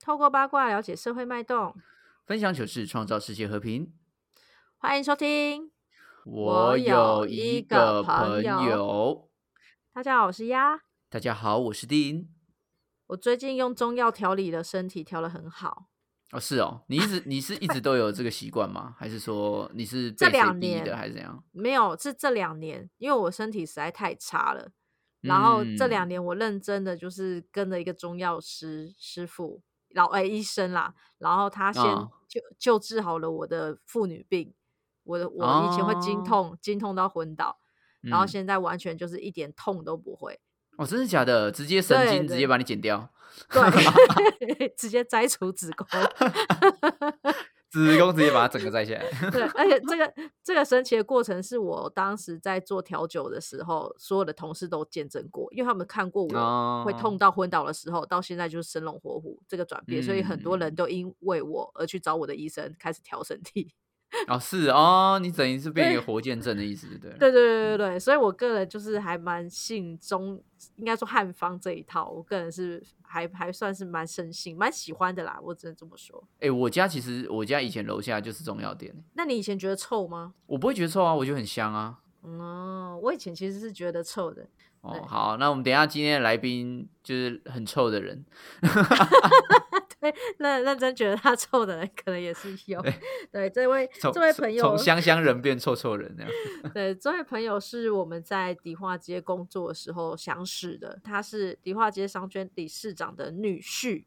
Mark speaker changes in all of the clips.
Speaker 1: 透过八卦了解社会脉动。
Speaker 2: 分享糗事，创造世界和平。
Speaker 1: 欢迎收听，
Speaker 2: 我有
Speaker 1: 有
Speaker 2: 一
Speaker 1: 一
Speaker 2: 个
Speaker 1: 个
Speaker 2: 朋
Speaker 1: 朋
Speaker 2: 友
Speaker 1: 友，大家好，我是鸭。
Speaker 2: 大家好，我是丁。
Speaker 1: 我最近用中药调理的身体调得很好，
Speaker 2: 哦，是哦，你一直你是一直都有这个习惯吗？还是说你是被
Speaker 1: 这
Speaker 2: 谁
Speaker 1: 两
Speaker 2: 逼的，
Speaker 1: 年
Speaker 2: 还是怎样？
Speaker 1: 没有是这两年，因为我身体实在太差了。然后这两
Speaker 2: 嗯
Speaker 1: 年我认真的就是跟了一个中药师师傅老哎、医生啦，然后他先
Speaker 2: 啊
Speaker 1: 救、救治好了我的妇女病，我的我以前会经
Speaker 2: 哦
Speaker 1: 痛，经痛到昏倒，然后
Speaker 2: 嗯
Speaker 1: 现在完全就是一点痛都不会，
Speaker 2: 哦，真的假的？直接神
Speaker 1: 对
Speaker 2: 经直接
Speaker 1: 对
Speaker 2: 把你剪掉，
Speaker 1: 对， 直接摘除子宫，
Speaker 2: 子宫直接把它整个 摘下来。
Speaker 1: 对，而且这个这个神奇的过程是我当时在做调酒的时候，所有的同事都见证过，因为他们看过我
Speaker 2: 哦，
Speaker 1: 会痛到昏倒的时候，到现在就是生龙活虎这个转变，所以很多人
Speaker 2: 嗯
Speaker 1: 都因为我而去找我的医生开始调身 体。
Speaker 2: 哦，是哦，你等于是变一
Speaker 1: 对
Speaker 2: 个活见证的意思，对了
Speaker 1: 对对对对
Speaker 2: 嗯
Speaker 1: 对，所以我个人就是还蛮信中，应该说汉方这一套，我个人是还还算是蛮深信、蛮喜欢的啦，我只能这么说。
Speaker 2: 哎、我家其实我家以前楼下就是中药店，
Speaker 1: 那你以前觉得臭吗？
Speaker 2: 我不会觉得臭啊，我觉得很香啊。
Speaker 1: 嗯哦，我以前其实是觉得臭的，
Speaker 2: 哦，
Speaker 1: 对
Speaker 2: 好，那我们等一下今天的来宾就是很臭的人，
Speaker 1: 那认真觉得他 臭的人可能也是有。对，这位
Speaker 2: 从
Speaker 1: 这位
Speaker 2: 从
Speaker 1: 朋友
Speaker 2: 从香香人变臭臭人这样。
Speaker 1: 对，这位朋友是我们在迪化街工作的时候相识的，他是迪化街商圈理事长的女婿，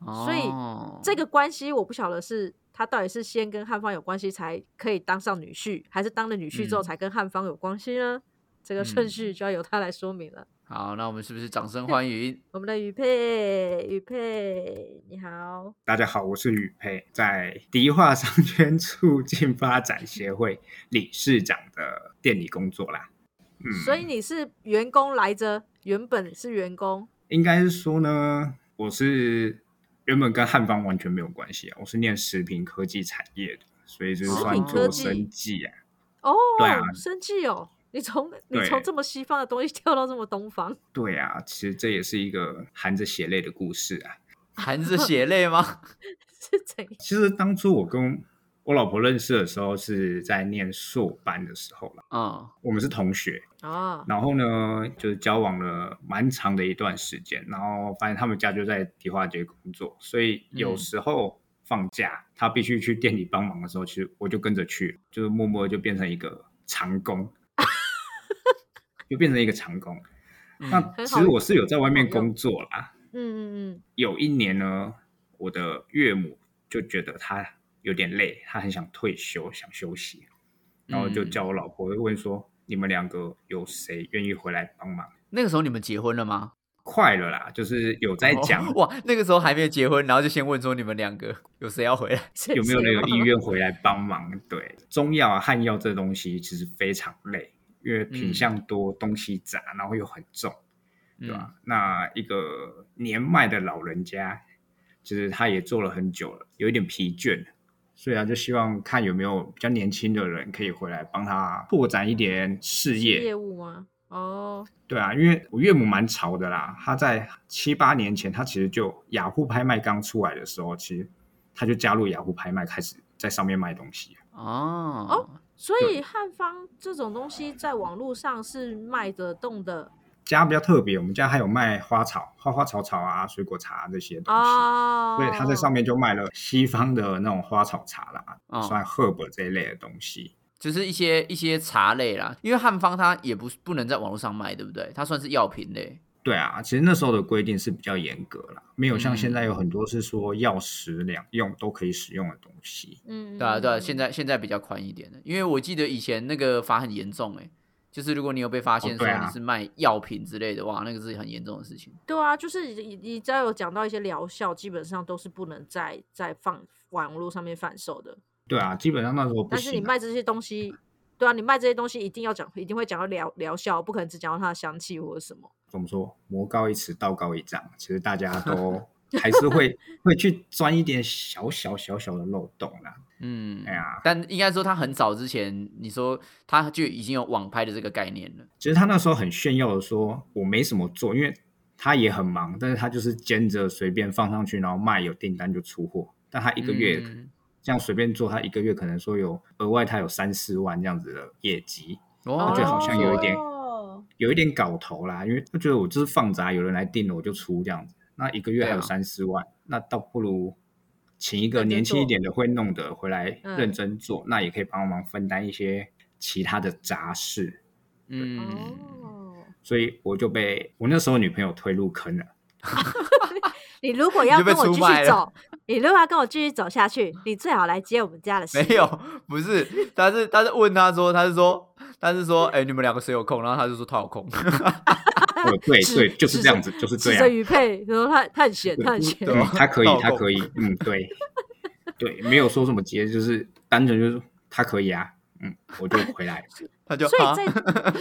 Speaker 1: 所以
Speaker 2: 哦，
Speaker 1: 这个关系我不晓得是他到底是先跟汉方有关系才可以当上女婿，还是当了女婿之后
Speaker 2: 嗯
Speaker 1: 才跟汉方有关系呢？这个顺
Speaker 2: 嗯
Speaker 1: 序就要由他来说明了。
Speaker 2: 好，那我们是不是掌声欢迎？
Speaker 1: 我们的雨佩，雨佩，你好，
Speaker 2: 嗯
Speaker 3: 大家好，我是雨佩，在迪化商圈促进发展协会理事长的店里工作啦。嗯，
Speaker 1: 所以你是员工来着，原本是员工，
Speaker 3: 应该是说呢，我是原本跟汉方完全没有关系啊，我是念食品科技产业的，所以就是
Speaker 2: 食
Speaker 3: 算
Speaker 2: 品科
Speaker 3: 做
Speaker 1: 技
Speaker 3: 生计啊。
Speaker 1: 哦，
Speaker 3: 对啊
Speaker 1: 生气哦！你从你从
Speaker 3: 对
Speaker 1: 这么西方的东西 跳到这么东方，
Speaker 3: 对啊，其实这也是一个含着血泪的故事啊。
Speaker 2: 含着血泪 吗？
Speaker 1: 是怎样？
Speaker 3: 其实当初我跟我老婆认识的时候是在念硕班的时候啦，
Speaker 2: 嗯，
Speaker 3: 我们是同学，
Speaker 1: 啊？
Speaker 3: 然后呢，就是交往了蛮长的一段时间，然后发现他们家就在迪化街工作，所以有
Speaker 2: 嗯
Speaker 3: 时候放假、他必须去店里帮忙的时候，其实我就跟着去，就是默默地就变成一个长工， 就变成一个长工。那
Speaker 2: 嗯
Speaker 1: 很
Speaker 3: 其
Speaker 1: 好
Speaker 3: 实我是有在外面
Speaker 1: 很好用
Speaker 3: 工作啦，
Speaker 1: 嗯嗯
Speaker 3: 有一年呢，我的岳母就觉得她有点累，她很想退休，想休息，然后就
Speaker 2: 嗯
Speaker 3: 叫我老婆问说：“你们两个有谁愿意回来帮忙？”
Speaker 2: 那个时候你们结婚了吗？
Speaker 3: 快了啦，就是有在讲
Speaker 2: 哦哇，那个时候还没有结婚，然后就先问说你们两个有谁要回来？
Speaker 1: 嗯，
Speaker 3: 有没有人有意
Speaker 1: 医院？
Speaker 3: 愿回来帮忙。对，中药啊、汉药这东西其实非常累，因为品相多，东西杂，然后又很重， 对吧？那一个年迈的老人家，就是他也做了很久了，有一点疲倦了。所以啊，就希望看有没有比较年轻的人可以回来帮他拓展一点事业，
Speaker 1: 业务吗？哦，
Speaker 3: 对啊，因为我岳母蛮潮的啦，她在七八年前，她其实就雅虎拍卖刚出来的时候，其实她就加入雅虎拍卖，开始在上面卖东西。
Speaker 2: 嗯哦，
Speaker 1: 所
Speaker 3: 对
Speaker 1: 以汉方这种东西在网络上是卖得动的
Speaker 3: 家比较特别，我们家还有卖花草、花花草草啊、水果茶、这些东西，
Speaker 1: 啊。
Speaker 3: 所以她在上面就卖了西方的那种花草茶啦，
Speaker 2: 哦
Speaker 3: 算 herb 这一类的东西。
Speaker 2: 就是一些一些茶类啦，因为汉方它也不不能在网络上卖，对不对？它算是药品类。
Speaker 3: 对啊，其实那时候的规定是比较严格啦，没有像现在
Speaker 2: 嗯
Speaker 3: 有很多是说药食两用都可以使用的东西。
Speaker 1: 嗯，嗯，
Speaker 2: 对啊，对啊，
Speaker 1: 嗯
Speaker 2: 现在现在比较宽一点的，因为我记得以前那个罚很严重哎、就是如果你有被发现说
Speaker 3: 对啊
Speaker 2: 你是卖药品之类的，哇，那个是很严重的事情。
Speaker 1: 对啊，就是你你只要有讲到一些疗效，基本上都是不能在在放网络上面贩售的。
Speaker 3: 对啊，基本上那时候不
Speaker 1: 但是你
Speaker 3: 行啊、
Speaker 1: 卖这些东西，对啊，你卖这些东西一定要讲，一定会讲到疗疗效，不可能只讲到它的香气或者什么。
Speaker 3: 怎么说，魔高一尺，道高一丈。其实大家都 还是会会去钻一点小小小小的漏洞啦。
Speaker 2: 嗯，
Speaker 3: 哎呀，
Speaker 2: 但应该说他很早之前，你说他就已经有网拍的这个概念了。
Speaker 3: 其实他那时候很炫耀的说，我没什么做，因为他也很忙，但是他就是兼着随便放上去，然后卖有订单就出货。但他一个月、
Speaker 2: 嗯
Speaker 3: 这样随便做，他一个月可能说有额外他有三四万这样子的业绩，
Speaker 2: 哦
Speaker 3: 我觉得好像有一点
Speaker 1: 哦
Speaker 3: 有一点搞头啦，因为他觉得我就是放砸，有人来订了我就出这样子，那一个月还有
Speaker 2: 对啊
Speaker 3: 三四万，那倒不如请一个
Speaker 1: 认真
Speaker 3: 年轻
Speaker 1: 做
Speaker 3: 一点的会弄的回来
Speaker 1: 嗯
Speaker 3: 认真做，那也可以帮忙分担一些其他的杂事，
Speaker 2: 嗯，
Speaker 1: 哦，
Speaker 3: 所以我就被我那时候女朋友推入 坑了。
Speaker 1: 你如果要
Speaker 2: 你就被
Speaker 1: 跟我继
Speaker 2: 出卖
Speaker 1: 续
Speaker 2: 了
Speaker 1: 走，你如果要跟我继续走下去，你最好来接我们家的戏。
Speaker 2: 没有，不是，他是他是问他说，他是说他是说，哎、你们两个谁有空？然后他就说他有空，
Speaker 3: 哦，对
Speaker 1: 指
Speaker 3: 对，就是
Speaker 1: 指
Speaker 3: 这样
Speaker 1: 着
Speaker 3: 子，就是这
Speaker 1: 指着
Speaker 3: 样。
Speaker 1: 余佩，然后他他很闲，他很闲。
Speaker 2: 对啊
Speaker 3: 嗯，他可以
Speaker 2: 倒，
Speaker 3: 他
Speaker 2: 扣
Speaker 3: 可以，嗯，对，对，没有说什么结，就是单纯就是他可以啊，嗯，我就回来。
Speaker 2: 他就
Speaker 1: 所以
Speaker 2: 啊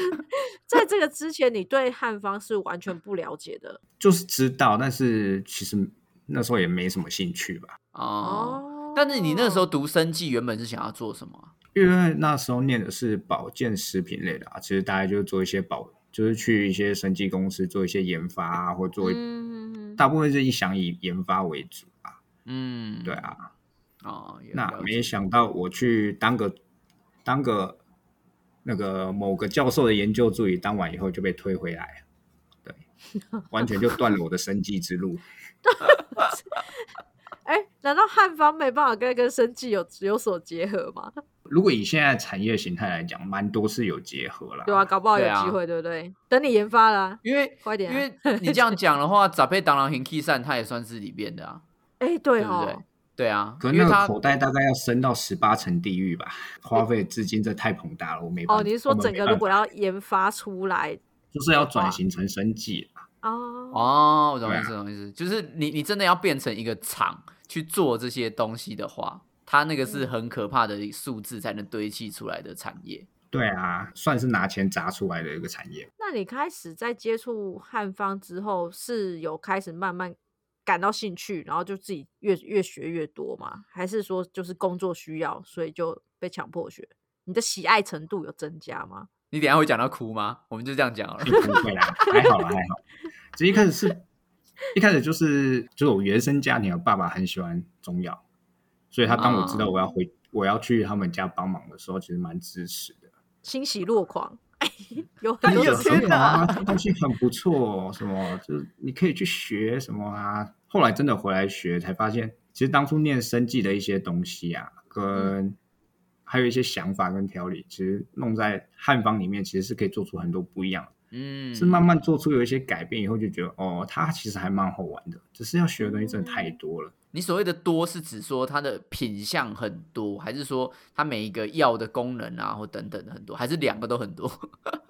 Speaker 1: 在在这个之前，你对汉方是完全不了解的
Speaker 3: 就是知道，但是其实那时候也没什么兴趣吧，
Speaker 2: 哦。
Speaker 1: 哦。
Speaker 2: 但是你那时候读生计原本是想要做什么啊？
Speaker 3: 因为那时候念的是保健食品类的啊，其实大概就是做一些保，就是去一些生技公司做一些研发啊，或做、
Speaker 1: 嗯，
Speaker 3: 大部分是一想以研发为主啊，
Speaker 2: 嗯，
Speaker 3: 对啊，
Speaker 2: 哦，也
Speaker 3: 那
Speaker 2: 了解
Speaker 3: 没想到我去当个当个那个某个教授的研究助理，当完以后就被推回来了， 对，完全就断了我的生计之路。
Speaker 1: 哎，难道汉方没办法跟跟生计有有所结合吗？
Speaker 3: 如果以现在产业形态来讲，蛮多是有结合啦。
Speaker 1: 对啊，搞不好有
Speaker 2: 对啊
Speaker 1: 机会，对不对？等你研发啦，
Speaker 2: 因为
Speaker 1: 快点
Speaker 2: 因
Speaker 1: 啊！
Speaker 2: 为你这样讲的话，杂配当郎 Hinky 善他也算是里边的啊，
Speaker 1: 哎，对
Speaker 2: 对不对
Speaker 1: 哦，？
Speaker 2: 对啊，
Speaker 3: 可
Speaker 2: 因
Speaker 3: 是
Speaker 2: 为
Speaker 3: 那个
Speaker 2: 他
Speaker 3: 口袋大概要升到十八层地狱吧，花费资金这太庞大了，我没办法。
Speaker 1: 哦，你是说
Speaker 3: 我们
Speaker 1: 整
Speaker 3: 没
Speaker 1: 个
Speaker 3: 办
Speaker 1: 如
Speaker 3: 法
Speaker 1: 果要研发出来
Speaker 3: 就是要转型成生计啊？
Speaker 1: 哦，
Speaker 2: 哦，我懂意思，
Speaker 3: 对啊
Speaker 2: 懂意思，就是你你真的要变成一个厂去做这些东西的话，它那个是很可怕的数字才能堆砌出来的产业。
Speaker 3: 对啊，算是拿钱砸出来的一个产业。
Speaker 1: 那你开始在接触汉方之后，是有开始慢慢感到兴趣，然后就自己越越学越多吗？还是说就是工作需要，所以就被强迫学？你的喜爱程度有增加吗？
Speaker 2: 你等一下会讲到哭吗？我们就这样讲好了。
Speaker 3: 也不会啦，还好啦，还好。只一开始是，一开始就是就是我原生家庭，我爸爸很喜欢中药，所以他当我知
Speaker 1: 哦
Speaker 3: 道我要回、我要去他们家帮忙的时候，其实蛮支持的。
Speaker 1: 欣喜若狂， 有
Speaker 3: 他
Speaker 1: 很
Speaker 3: 就
Speaker 1: 多
Speaker 3: 有
Speaker 1: 资
Speaker 3: 说什么啊，
Speaker 1: 料。
Speaker 3: 这东西很不错、哦，什么就是你可以去学什么啊。后来真的回来学，才发现其实当初念生计的一些东西啊，跟还有一些想法跟条理，其实弄在汉方里面，其实是可以做出很多不一样的。
Speaker 2: 嗯，
Speaker 3: 是慢慢做出有一些改变以后，就觉得哦，它其实还蛮好玩的，只是要学的东西真的太多了。
Speaker 2: 你所谓的多是指说它的品相很多，还是说它每一个药的功能啊，或等等的很多，还是两个都很多？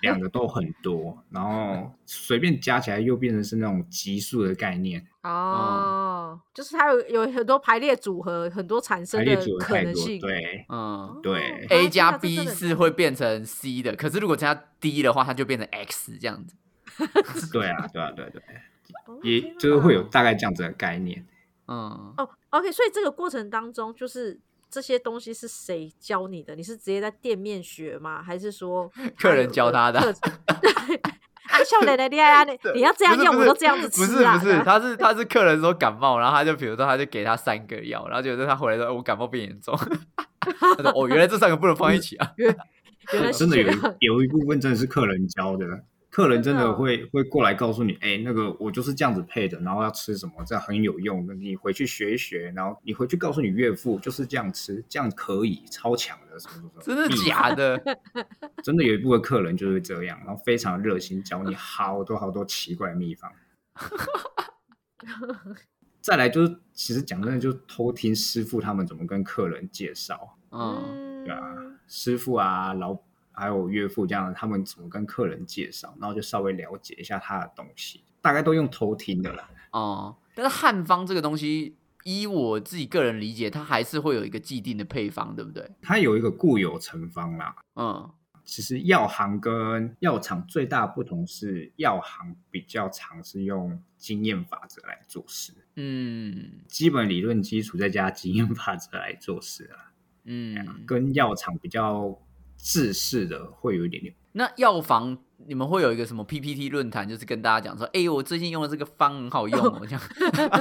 Speaker 3: 两个都很多，然后随便加起来又变成是那种级数的概念，
Speaker 1: 哦，就是它有有很多排列组合，很多产生
Speaker 3: 排
Speaker 1: 的
Speaker 3: 列组合
Speaker 1: 可
Speaker 3: 太
Speaker 1: 能
Speaker 3: 多
Speaker 1: 性。，哦
Speaker 3: 对。
Speaker 2: 嗯。
Speaker 3: 对
Speaker 1: 啊
Speaker 2: A 加 B
Speaker 1: 真的
Speaker 2: 是会变成 C 的，可是如果加 D 的话，它就变成 X 这样子。
Speaker 3: 对啊，对啊，对啊对啊，
Speaker 1: 哦
Speaker 3: 也
Speaker 1: 天
Speaker 3: 就是会有
Speaker 1: 哪
Speaker 3: 大概这样子的概念。
Speaker 2: 嗯，
Speaker 1: 哦，OK，所以这个过程当中，就是这些东西是谁教你的？你是直接在店面学吗？还是 说
Speaker 2: 客
Speaker 1: 他
Speaker 2: 人
Speaker 1: 有
Speaker 2: 教
Speaker 1: 个
Speaker 2: 他的
Speaker 1: 课程？ 啊，笑脸的厉害啊！ 你
Speaker 2: 对
Speaker 1: 你要这样
Speaker 2: 不是
Speaker 1: 用，
Speaker 2: 不
Speaker 1: 我
Speaker 2: 是
Speaker 1: 都这样子
Speaker 2: 不
Speaker 1: 吃
Speaker 2: 是
Speaker 1: 啊。
Speaker 2: 不是，
Speaker 1: 这样
Speaker 2: 他是他是客人说感冒，然后他就比如说他就给他三个药，然后结果他回来说、哎我感冒变严重， 他说哦原来这三个不能放一起啊，
Speaker 1: 原来是
Speaker 3: 真的
Speaker 1: 这
Speaker 3: 有一
Speaker 1: 样
Speaker 3: 有一部分真的是客人教的，客人真
Speaker 1: 真的哦
Speaker 3: 的会会过来告诉你，哎、那个我就是这样子配的，然后要吃什么，这样很有用，你回去学一学，然后你回去告诉你岳父就是这样吃，这样可以超强的什么什么，
Speaker 2: 真的假的？
Speaker 3: 嗯真的有一部分客人就是这样，然后非常热心教你好多好多奇怪的 秘方。再来就是，其实讲真的，就是偷听师傅他们怎么跟客人介绍。
Speaker 2: 嗯，
Speaker 3: 对啊师傅啊、老还有岳父这样，他们怎么跟客人介绍，然后就稍微了解一下他的东西，大概都用偷听的啦。
Speaker 2: 哦、但是汉方这个东西，依我自己个人理解，它还是会有一个既定的配方，对不对？
Speaker 3: 它有一个固有成方啦。
Speaker 2: 嗯，
Speaker 3: 其实药行跟药厂最大的不同是，药行比较常是用经验法则来做事，
Speaker 2: 嗯
Speaker 3: 基本理论基础再加经验法则来做事啊，
Speaker 2: 嗯，
Speaker 3: 跟药厂比较制式的会有一点点。
Speaker 2: 那药房你们会有一个什么 PPT 论坛，就是跟大家讲说，哎、我最近用的这个方很好用、 哦，这样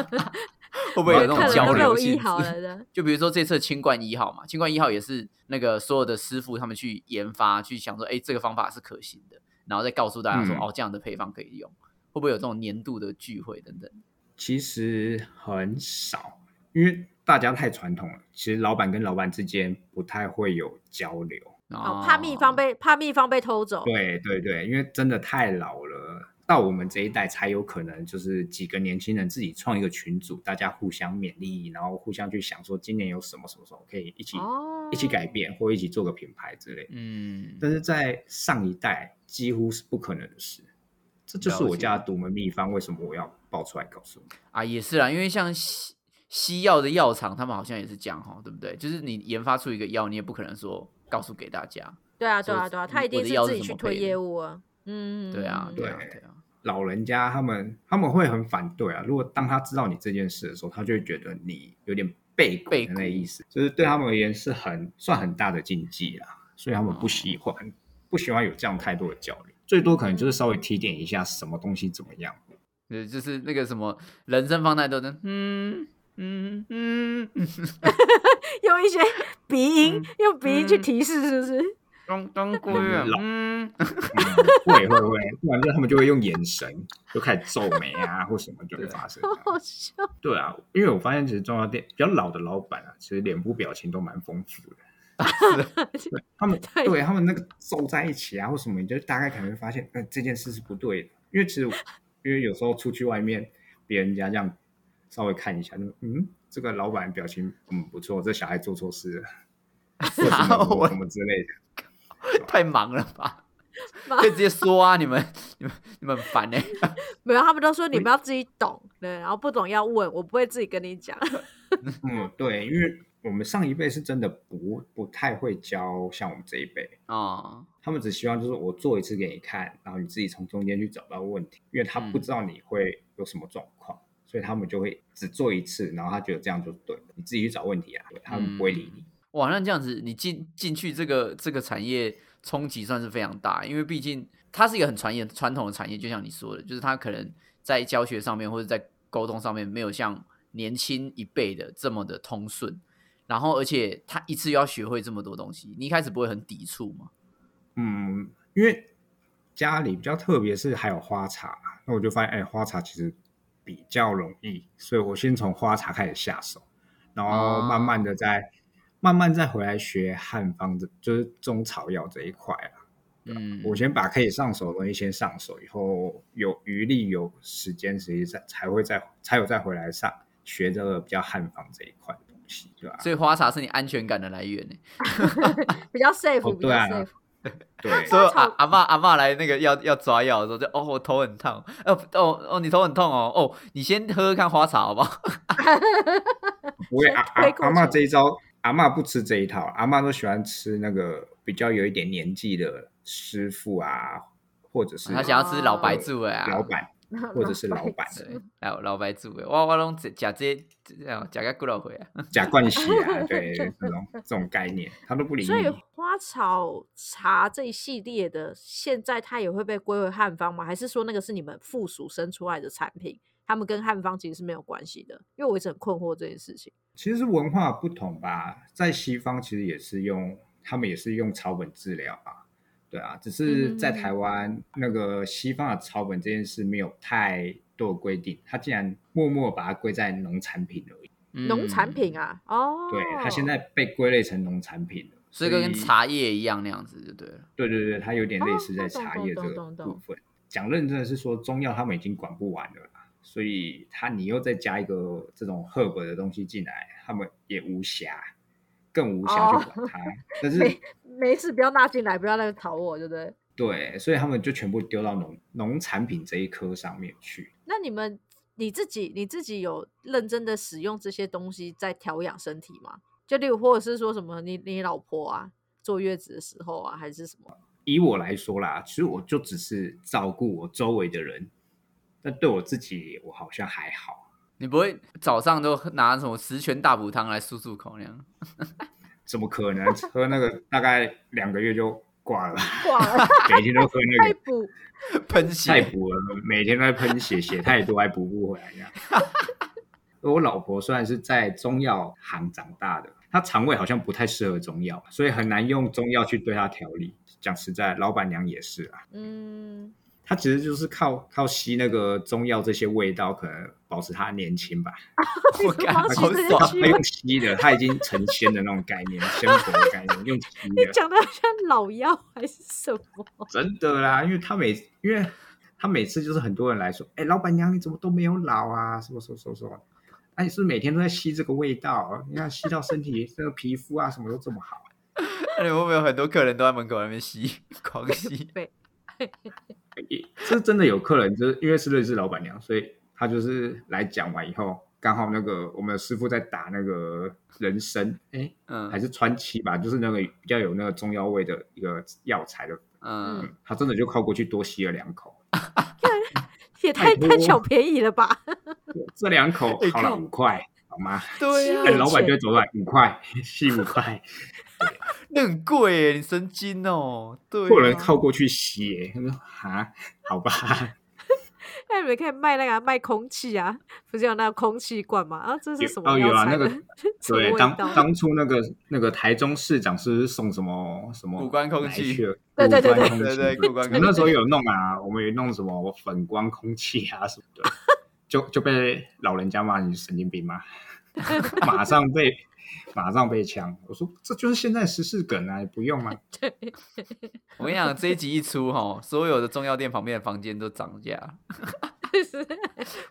Speaker 2: 会不会有
Speaker 3: 啊
Speaker 2: 那
Speaker 1: 看了都
Speaker 2: 种交
Speaker 1: 被
Speaker 2: 流
Speaker 1: 我
Speaker 2: 性
Speaker 1: 医
Speaker 2: 质？
Speaker 1: 好了的，
Speaker 2: 就比如说这次清冠一号嘛，清冠一号也是那个所有的师傅他们去研发，去想说，哎、这个方法是可行的，然后再告诉大家说，
Speaker 3: 嗯
Speaker 2: 哦，这样的配方可以用，会不会有这种年度的聚会等等？
Speaker 3: 其实很少，因为大家太传统了，其实老板跟老板之间不太会有交流。
Speaker 1: 哦，怕秘方被怕秘方被偷走，
Speaker 3: 对对对，因为真的太老了，到我们这一代才有可能就是几个年轻人自己创一个群组，大家互相勉励，然后互相去想说今年有什么什么什么可以一起、
Speaker 1: 哦，
Speaker 3: 一起改变，或一起做个品牌之类的。
Speaker 2: 嗯，
Speaker 3: 但是在上一代几乎是不可能的事，这就是
Speaker 2: 了
Speaker 3: 我
Speaker 2: 解
Speaker 3: 家的独门秘方，为什么我要爆出来告诉你？
Speaker 2: 啊，也是啦，因为像西西药的药厂，他们好像也是这样哈，对不对？就是你研发出一个药，你也不可能说告诉给大家，
Speaker 1: 对啊，对
Speaker 2: 说
Speaker 1: 啊，对啊，
Speaker 2: 嗯
Speaker 1: 他一
Speaker 2: 我
Speaker 1: 定
Speaker 2: 的
Speaker 1: 是
Speaker 2: 药
Speaker 1: 自
Speaker 2: 是
Speaker 1: 己
Speaker 2: 怎
Speaker 1: 去
Speaker 2: 么
Speaker 1: 推
Speaker 2: 配的
Speaker 1: 业务啊。嗯，
Speaker 2: 对啊，
Speaker 1: 嗯
Speaker 2: 对啊，
Speaker 3: 对
Speaker 2: 对啊，
Speaker 3: 老人家他们他们会很反对啊。如果当他知道你这件事的时候，他就会觉得你有点背骨
Speaker 2: 背
Speaker 3: 的
Speaker 2: 骨
Speaker 3: 那个意思，就是对他们而言是很算很大的禁忌啦，所以他们不喜欢、不喜欢有这样太多的交流，最多可能就是稍微提点一下什么东西怎么样。
Speaker 2: 呃，就是那个什么人生方太多的，嗯嗯嗯嗯，
Speaker 1: 用一些鼻音，
Speaker 2: 嗯
Speaker 1: 用鼻音去
Speaker 2: 嗯
Speaker 1: 提示，是不是？
Speaker 2: 当当归啊，
Speaker 3: 老
Speaker 2: 嗯，
Speaker 3: 嗯、会会会，不然就他们就会用眼神就开始皱眉啊，或什么就会发生这样。
Speaker 1: 好笑。
Speaker 3: 对啊，因为我发现其实中药店比较老的老板啊，其实脸部表情都蛮丰富的。对他们
Speaker 1: 对
Speaker 3: 对他们那个皱在一起啊，或什么，你就大概可能会发现，呃，这件事是不对的。因为其实我，因为有时候出去外面，别人家这样稍微看一下，就嗯，这个老板表情嗯不错，这小孩做错事了，或什么什么什么之类的。
Speaker 2: 太忙了吧？
Speaker 1: 忙
Speaker 2: 可以直接说啊，你们 你们你们很烦哎、
Speaker 1: 没有，他们都说你们要自己懂，对，然后不懂要问，我不会自己跟你讲。
Speaker 3: 嗯，对，因为我们上一辈是真的不不太会教像我们这一辈，
Speaker 2: 哦，
Speaker 3: 他们只希望就是我做一次给你看，然后你自己从中间去找到问题，因为他不知道你会有什么状况，所以他们就会只做一次，然后他觉得这样就对了，你自己去找问题啊，对他们不会理你。
Speaker 2: 哇，那这样子你进进去这个这个产业冲击算是非常大，因为毕竟它是一个很传言传统的产业，就像你说的，就是它可能在教学上面或者在沟通上面没有像年轻一辈的这么的通顺，然后而且他一次又要学会这么多东西，你一开始不会很抵触吗？
Speaker 3: 嗯，因为家里比较特别是还有花茶，那我就发现哎，花茶其实比较容易，所以我先从花茶开始下手，然后慢慢的再、慢慢再回来学汉方的，就是中草药这一块啊。
Speaker 2: 嗯，
Speaker 3: 我先把可以上手的东西先上手，以后有余力、有时间，实际上才会再才有再回来上学这个比较汉方这一块的东西，对吧、
Speaker 2: 所以花茶是你安全感的来源呢。
Speaker 1: 比较 safe，、
Speaker 3: 哦
Speaker 1: 比较
Speaker 3: 对啊
Speaker 1: safe。
Speaker 3: 对，
Speaker 2: 所以
Speaker 1: 草
Speaker 2: 阿阿妈阿妈来那个要要抓药的时候就，哦我头很烫，哦哦哦你头很痛哦哦你先喝喝看花茶好不好？
Speaker 1: 先推过
Speaker 3: 不会阿阿
Speaker 1: 去
Speaker 3: 阿妈这一招，阿妈不吃这一套，阿妈都喜欢吃那个比较有一点年纪的师傅啊，或者是呃
Speaker 2: 他哦想要吃老白醋哎、啊，
Speaker 3: 老板，或者是老板
Speaker 2: 对，老老白醋诶，我我拢食食这这样食个骨头回啊。
Speaker 3: 假冠喜 啊，对这种这种概念，他都不理
Speaker 1: 所以
Speaker 3: 你。
Speaker 1: 花草茶这一系列的，现在它也会被归为汉方吗？还是说那个是你们附属生出来的产品，他们跟汉方其实是没有关系的？因为我一直很困惑这件事情。
Speaker 3: 其实文化不同吧，在西方其实也是用，他们也是用草本治疗啊，对啊，只是在
Speaker 1: 嗯
Speaker 3: 台湾那个西方的草本这件事没有太多的规定，他竟然默默把它归在农产品而已。
Speaker 1: 农
Speaker 2: 嗯
Speaker 1: 产品啊，哦，
Speaker 3: 对，它现在被归类成农产品了，
Speaker 2: 所以跟茶叶一样那样子就对了。
Speaker 3: 对对对，它有点类似在
Speaker 1: 哦懂
Speaker 3: 茶
Speaker 1: 懂
Speaker 3: 叶这
Speaker 1: 懂
Speaker 3: 个
Speaker 1: 懂懂
Speaker 3: 部分。讲认真的是说，中药他们已经管不完了啦，所以它你又再加一个这种 herb 的东西进来，他们也无暇，更无暇去管它。 但是
Speaker 1: 哦没没事，不要纳进来，不要来吵我，对不对？
Speaker 3: 对，所以他们就全部丢到农农产品这一科上面去。
Speaker 1: 那你们你自己你自己有认真的使用这些东西在调养身体吗？就例如或者是说什么你你老婆啊坐月子的时候啊，还是什么？
Speaker 3: 以我来说啦，其实我就只是照顾我周围的人，但对我自己，我好像还好。
Speaker 2: 你不会早上都拿什么十全大补汤来漱漱口那样？
Speaker 3: 怎么可能喝那个大概两个月就挂了，
Speaker 1: 挂 了，
Speaker 3: 每天都喝那
Speaker 1: 太
Speaker 3: 个
Speaker 1: 补。
Speaker 2: 喷
Speaker 3: 太
Speaker 2: 血，
Speaker 3: 补了，每天都在喷血，血太多还补不回来这样。 我老婆虽然是在中药行长大的，她肠胃好像不太适合中药，所以很难用中药去对她调理。讲实在，老板娘也是啊，
Speaker 1: 嗯，
Speaker 3: 她其实就是靠靠吸那个中药这些味道，可能保持她年轻吧。
Speaker 2: 我感
Speaker 1: 你怎么
Speaker 2: 好
Speaker 1: 要
Speaker 2: 爽
Speaker 1: 这些
Speaker 3: 她
Speaker 1: 区
Speaker 3: 她用吸的，她已经成仙的那种概念，仙佛的概念，用吸
Speaker 1: 你
Speaker 3: 的。
Speaker 1: 讲的像老妖还是什 么？
Speaker 3: 真的啦，因为他每因为他每次就是很多人来说，哎、老板娘你怎么都没有老啊，什么什么什么什么，哎、你是不是每天都在吸这个味道，你看吸到身体这个皮肤啊什么都这么好，
Speaker 2: 那你会不会有很多客人都在门口那边吸， 狂吸？
Speaker 1: 对，
Speaker 3: 也是真的有客人就是因为是认识老板娘，所以他就是来讲完以后，刚好那个我们的师傅在打那个人参，哎、还
Speaker 2: 嗯
Speaker 3: 是川七吧，就是那个比较有那个中药味的一个药材的，
Speaker 2: 嗯，
Speaker 3: 他真的就靠过去多吸了两口。
Speaker 1: 也太
Speaker 3: 太
Speaker 1: 贪小
Speaker 3: 多
Speaker 1: 便宜了吧？
Speaker 3: 这两口
Speaker 2: 哎
Speaker 3: 好了
Speaker 2: 靠
Speaker 3: 五块，好吗？
Speaker 2: 对啊
Speaker 1: 吸
Speaker 2: 呀、
Speaker 1: 了
Speaker 3: 哎，
Speaker 1: 很
Speaker 3: 老板
Speaker 1: 浅
Speaker 3: 就会走过来五块，吸五块，
Speaker 2: 那很贵耶，你神经哦。对、啊，
Speaker 3: 有人靠过去吸耶，他说啊，好吧，
Speaker 1: 那你们可以卖那个啊卖空气啊，不是有那个空气罐吗？啊，这是
Speaker 3: 有
Speaker 1: 什
Speaker 3: 哦
Speaker 1: 么
Speaker 3: 有
Speaker 1: 药
Speaker 3: 啊
Speaker 1: 材
Speaker 3: 那
Speaker 1: 的？
Speaker 3: 个
Speaker 1: 什么
Speaker 3: 对，
Speaker 1: 味
Speaker 3: 当
Speaker 1: 道
Speaker 3: 当初那个那个台中市长是不是送什么什么
Speaker 2: 五官空
Speaker 3: 来
Speaker 2: 气
Speaker 3: 去了，
Speaker 1: 对对对
Speaker 3: 五官
Speaker 1: 对
Speaker 3: 空
Speaker 2: 对
Speaker 3: 气
Speaker 2: 对，过关
Speaker 3: 我那时候有弄啊，我们有弄什么粉光空气啊什么的，就就被老人家骂你神经病嘛， 马上被马上被呛，我说这就是现在时事梗啊，不用啊，
Speaker 2: 我跟你讲，这一集一出哈，所有的中药店旁边的房间都涨价。中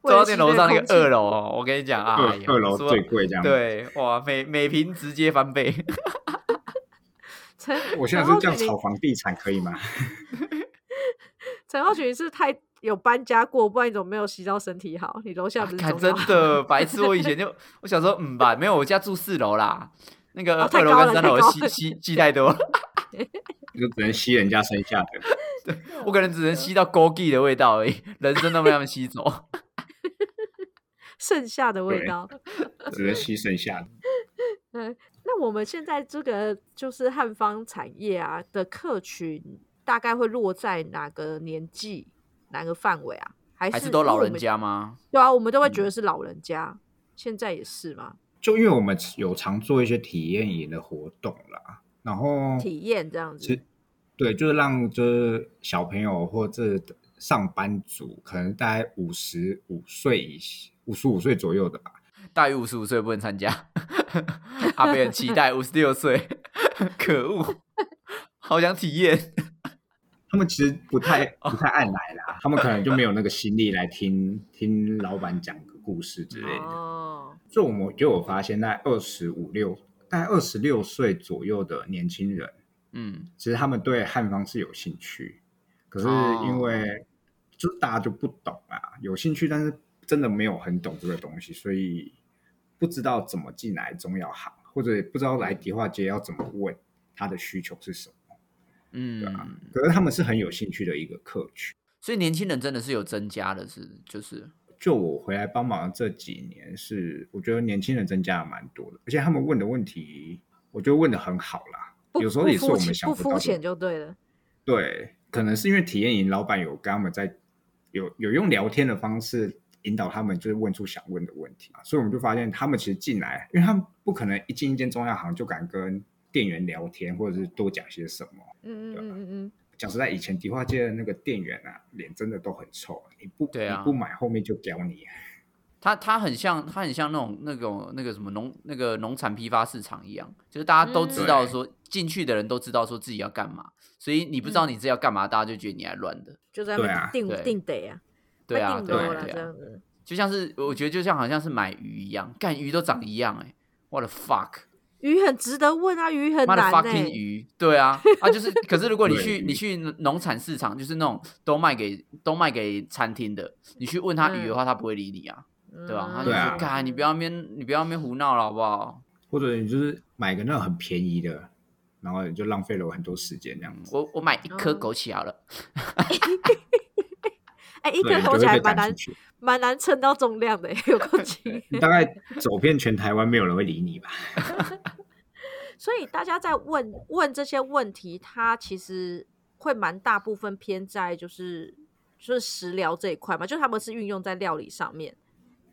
Speaker 1: 为了
Speaker 2: 药
Speaker 1: 吸
Speaker 2: 店楼上那
Speaker 1: 空
Speaker 2: 个
Speaker 1: 气
Speaker 2: 二楼哦，我跟你讲啊，
Speaker 3: 二
Speaker 2: 哎呀
Speaker 3: 二楼
Speaker 2: 说
Speaker 3: 最贵这样，，
Speaker 2: 对，哇，每每瓶直接翻倍。
Speaker 1: 陈
Speaker 3: 我现
Speaker 1: 陈
Speaker 3: 在是
Speaker 1: 浩
Speaker 3: 这样
Speaker 1: 群
Speaker 3: 炒房地产可以吗？
Speaker 1: 陈浩群是太有搬家过，不然你怎么没有洗到身体好？你楼
Speaker 3: 啊
Speaker 1: 下不是
Speaker 2: 看
Speaker 1: 中
Speaker 2: 真
Speaker 1: 药
Speaker 2: 的白痴，我以前就我想说，嗯吧，没有，我家住四楼啦，那个
Speaker 1: 哦太
Speaker 2: 二楼
Speaker 1: 高
Speaker 2: 跟
Speaker 1: 了
Speaker 2: 三
Speaker 1: 太
Speaker 2: 楼
Speaker 1: 高
Speaker 2: 吸
Speaker 1: 了
Speaker 2: 吸吸太多，
Speaker 3: 就只能吸人家剩下的。
Speaker 2: 我可能只能吸到枸杞的味道而已，人参都被他们吸走。
Speaker 1: 剩下的味
Speaker 3: 对
Speaker 1: 道？
Speaker 3: 只能吸剩下的。
Speaker 1: 嗯，那我们现在这个就是汉方产业啊的客群，大概会落在哪个年纪、哪个范围啊？还是
Speaker 2: 还是都
Speaker 1: 因为
Speaker 2: 老
Speaker 1: 我
Speaker 2: 人
Speaker 1: 们？
Speaker 2: 家吗？
Speaker 1: 对啊，我们都会觉
Speaker 3: 嗯
Speaker 1: 得是老人家，现在也是嘛，
Speaker 3: 就因为我们有常做一些体验营的活动啦，然后
Speaker 1: 体验这样子
Speaker 3: 哦是。对，就是让就是小朋友或者上班族，可能大概五十五岁以五十五岁左右的吧，
Speaker 2: 大于五十五岁不能参加。阿北很期待五十六岁，可恶，好想体验。
Speaker 3: 他们其实不太
Speaker 1: 哦
Speaker 3: 不太爱来啦，他们可能就没有那个心力来听听老板讲个故事之类的。
Speaker 1: 哦，
Speaker 3: 所以我们就有发现，在二十五六，大概二十六岁左右的年轻人，
Speaker 2: 嗯，
Speaker 3: 其实他们对汉方是有兴趣，可是因为就大家就不懂啊，有兴趣，但是真的没有很懂这个东西，所以不知道怎么进来中药行，或者也不知道来迪化街要怎么问他的需求是什么。
Speaker 2: 嗯，
Speaker 3: 可是他们是很有兴趣的一个客群。
Speaker 2: 所以年轻人真的是有增加的是，就是
Speaker 3: 就我回来帮忙的这几年是我觉得年轻人增加了蛮多的，而且他们问的问题，我觉得问的很好啦。
Speaker 1: 不
Speaker 3: 有时候
Speaker 1: 不
Speaker 3: 也是
Speaker 1: 肤
Speaker 3: 我们
Speaker 1: 浅
Speaker 3: 想
Speaker 1: 不
Speaker 3: 不到
Speaker 1: 肤
Speaker 3: 的
Speaker 1: 浅就对了。
Speaker 3: 对，可能是因为体验营老板有跟他们在有有用聊天的方式引导他们，就是问出想问的问题嘛所以我们就发现他们其实进来，因为他们不可能一进一间中药行就敢跟店员聊天，或者是多讲些什么。
Speaker 1: 嗯嗯
Speaker 3: 啊
Speaker 1: 嗯嗯嗯，
Speaker 3: 讲实在，以前迪化街的那个店员啊，脸真的都很臭，你不、
Speaker 2: 对啊
Speaker 3: 你不买，后面就屌你。
Speaker 2: 他他很像他很像那种那种那个什么农那个农产批发市场一样，就是大家都知道
Speaker 3: 嗯
Speaker 2: 说、进去的人都知道说自己要干嘛，所以你不
Speaker 3: 嗯
Speaker 2: 知道你自己要干嘛，大家就觉得你来乱的。
Speaker 1: 就在那
Speaker 3: 对
Speaker 1: 边
Speaker 3: 啊
Speaker 1: 定
Speaker 2: 对
Speaker 1: 定得啊，
Speaker 2: 对啊，
Speaker 1: 定
Speaker 2: 对
Speaker 1: 楼
Speaker 2: 啊，
Speaker 1: 啦
Speaker 2: 对
Speaker 1: 这
Speaker 2: 啊
Speaker 1: 样，子。
Speaker 2: 就像是我觉得就像好像是买鱼一样，干鱼都长一样哎、欸，我的 fuck！
Speaker 1: 鱼很值得问啊，鱼很
Speaker 2: 妈的
Speaker 1: 难
Speaker 2: fucking
Speaker 1: 呢。
Speaker 2: 鱼，对啊，啊就是，可是如果你
Speaker 3: 对
Speaker 2: 去
Speaker 3: 鱼
Speaker 2: 你去农产市场，就是那种都卖给都卖给餐厅的，你去问他鱼的话，他
Speaker 1: 嗯
Speaker 2: 不会理你啊，对吧、他就
Speaker 3: 对
Speaker 2: 说
Speaker 3: 啊：“
Speaker 2: 干、你不要面你不要面胡闹了，好不好？
Speaker 3: 或者你就是买个那种很便宜的，然后你就浪费了我很多时间这样子。
Speaker 2: 我我买一颗
Speaker 1: 哦
Speaker 2: 枸杞好了，
Speaker 1: 哎，一
Speaker 3: 对，
Speaker 1: 颗
Speaker 3: 你就
Speaker 1: 头
Speaker 3: 会
Speaker 1: 起来
Speaker 3: 被
Speaker 1: 蛮
Speaker 3: 赶出
Speaker 1: 难
Speaker 3: 去。
Speaker 1: 蛮难称到重量欸 的，有够轻。
Speaker 3: 你大概走遍全台湾，没有人会理你吧？
Speaker 1: 所以大家在问问这些问题，他其实会蛮大部分偏在就是就是食疗这一块嘛，就是他们是运用在料理上面，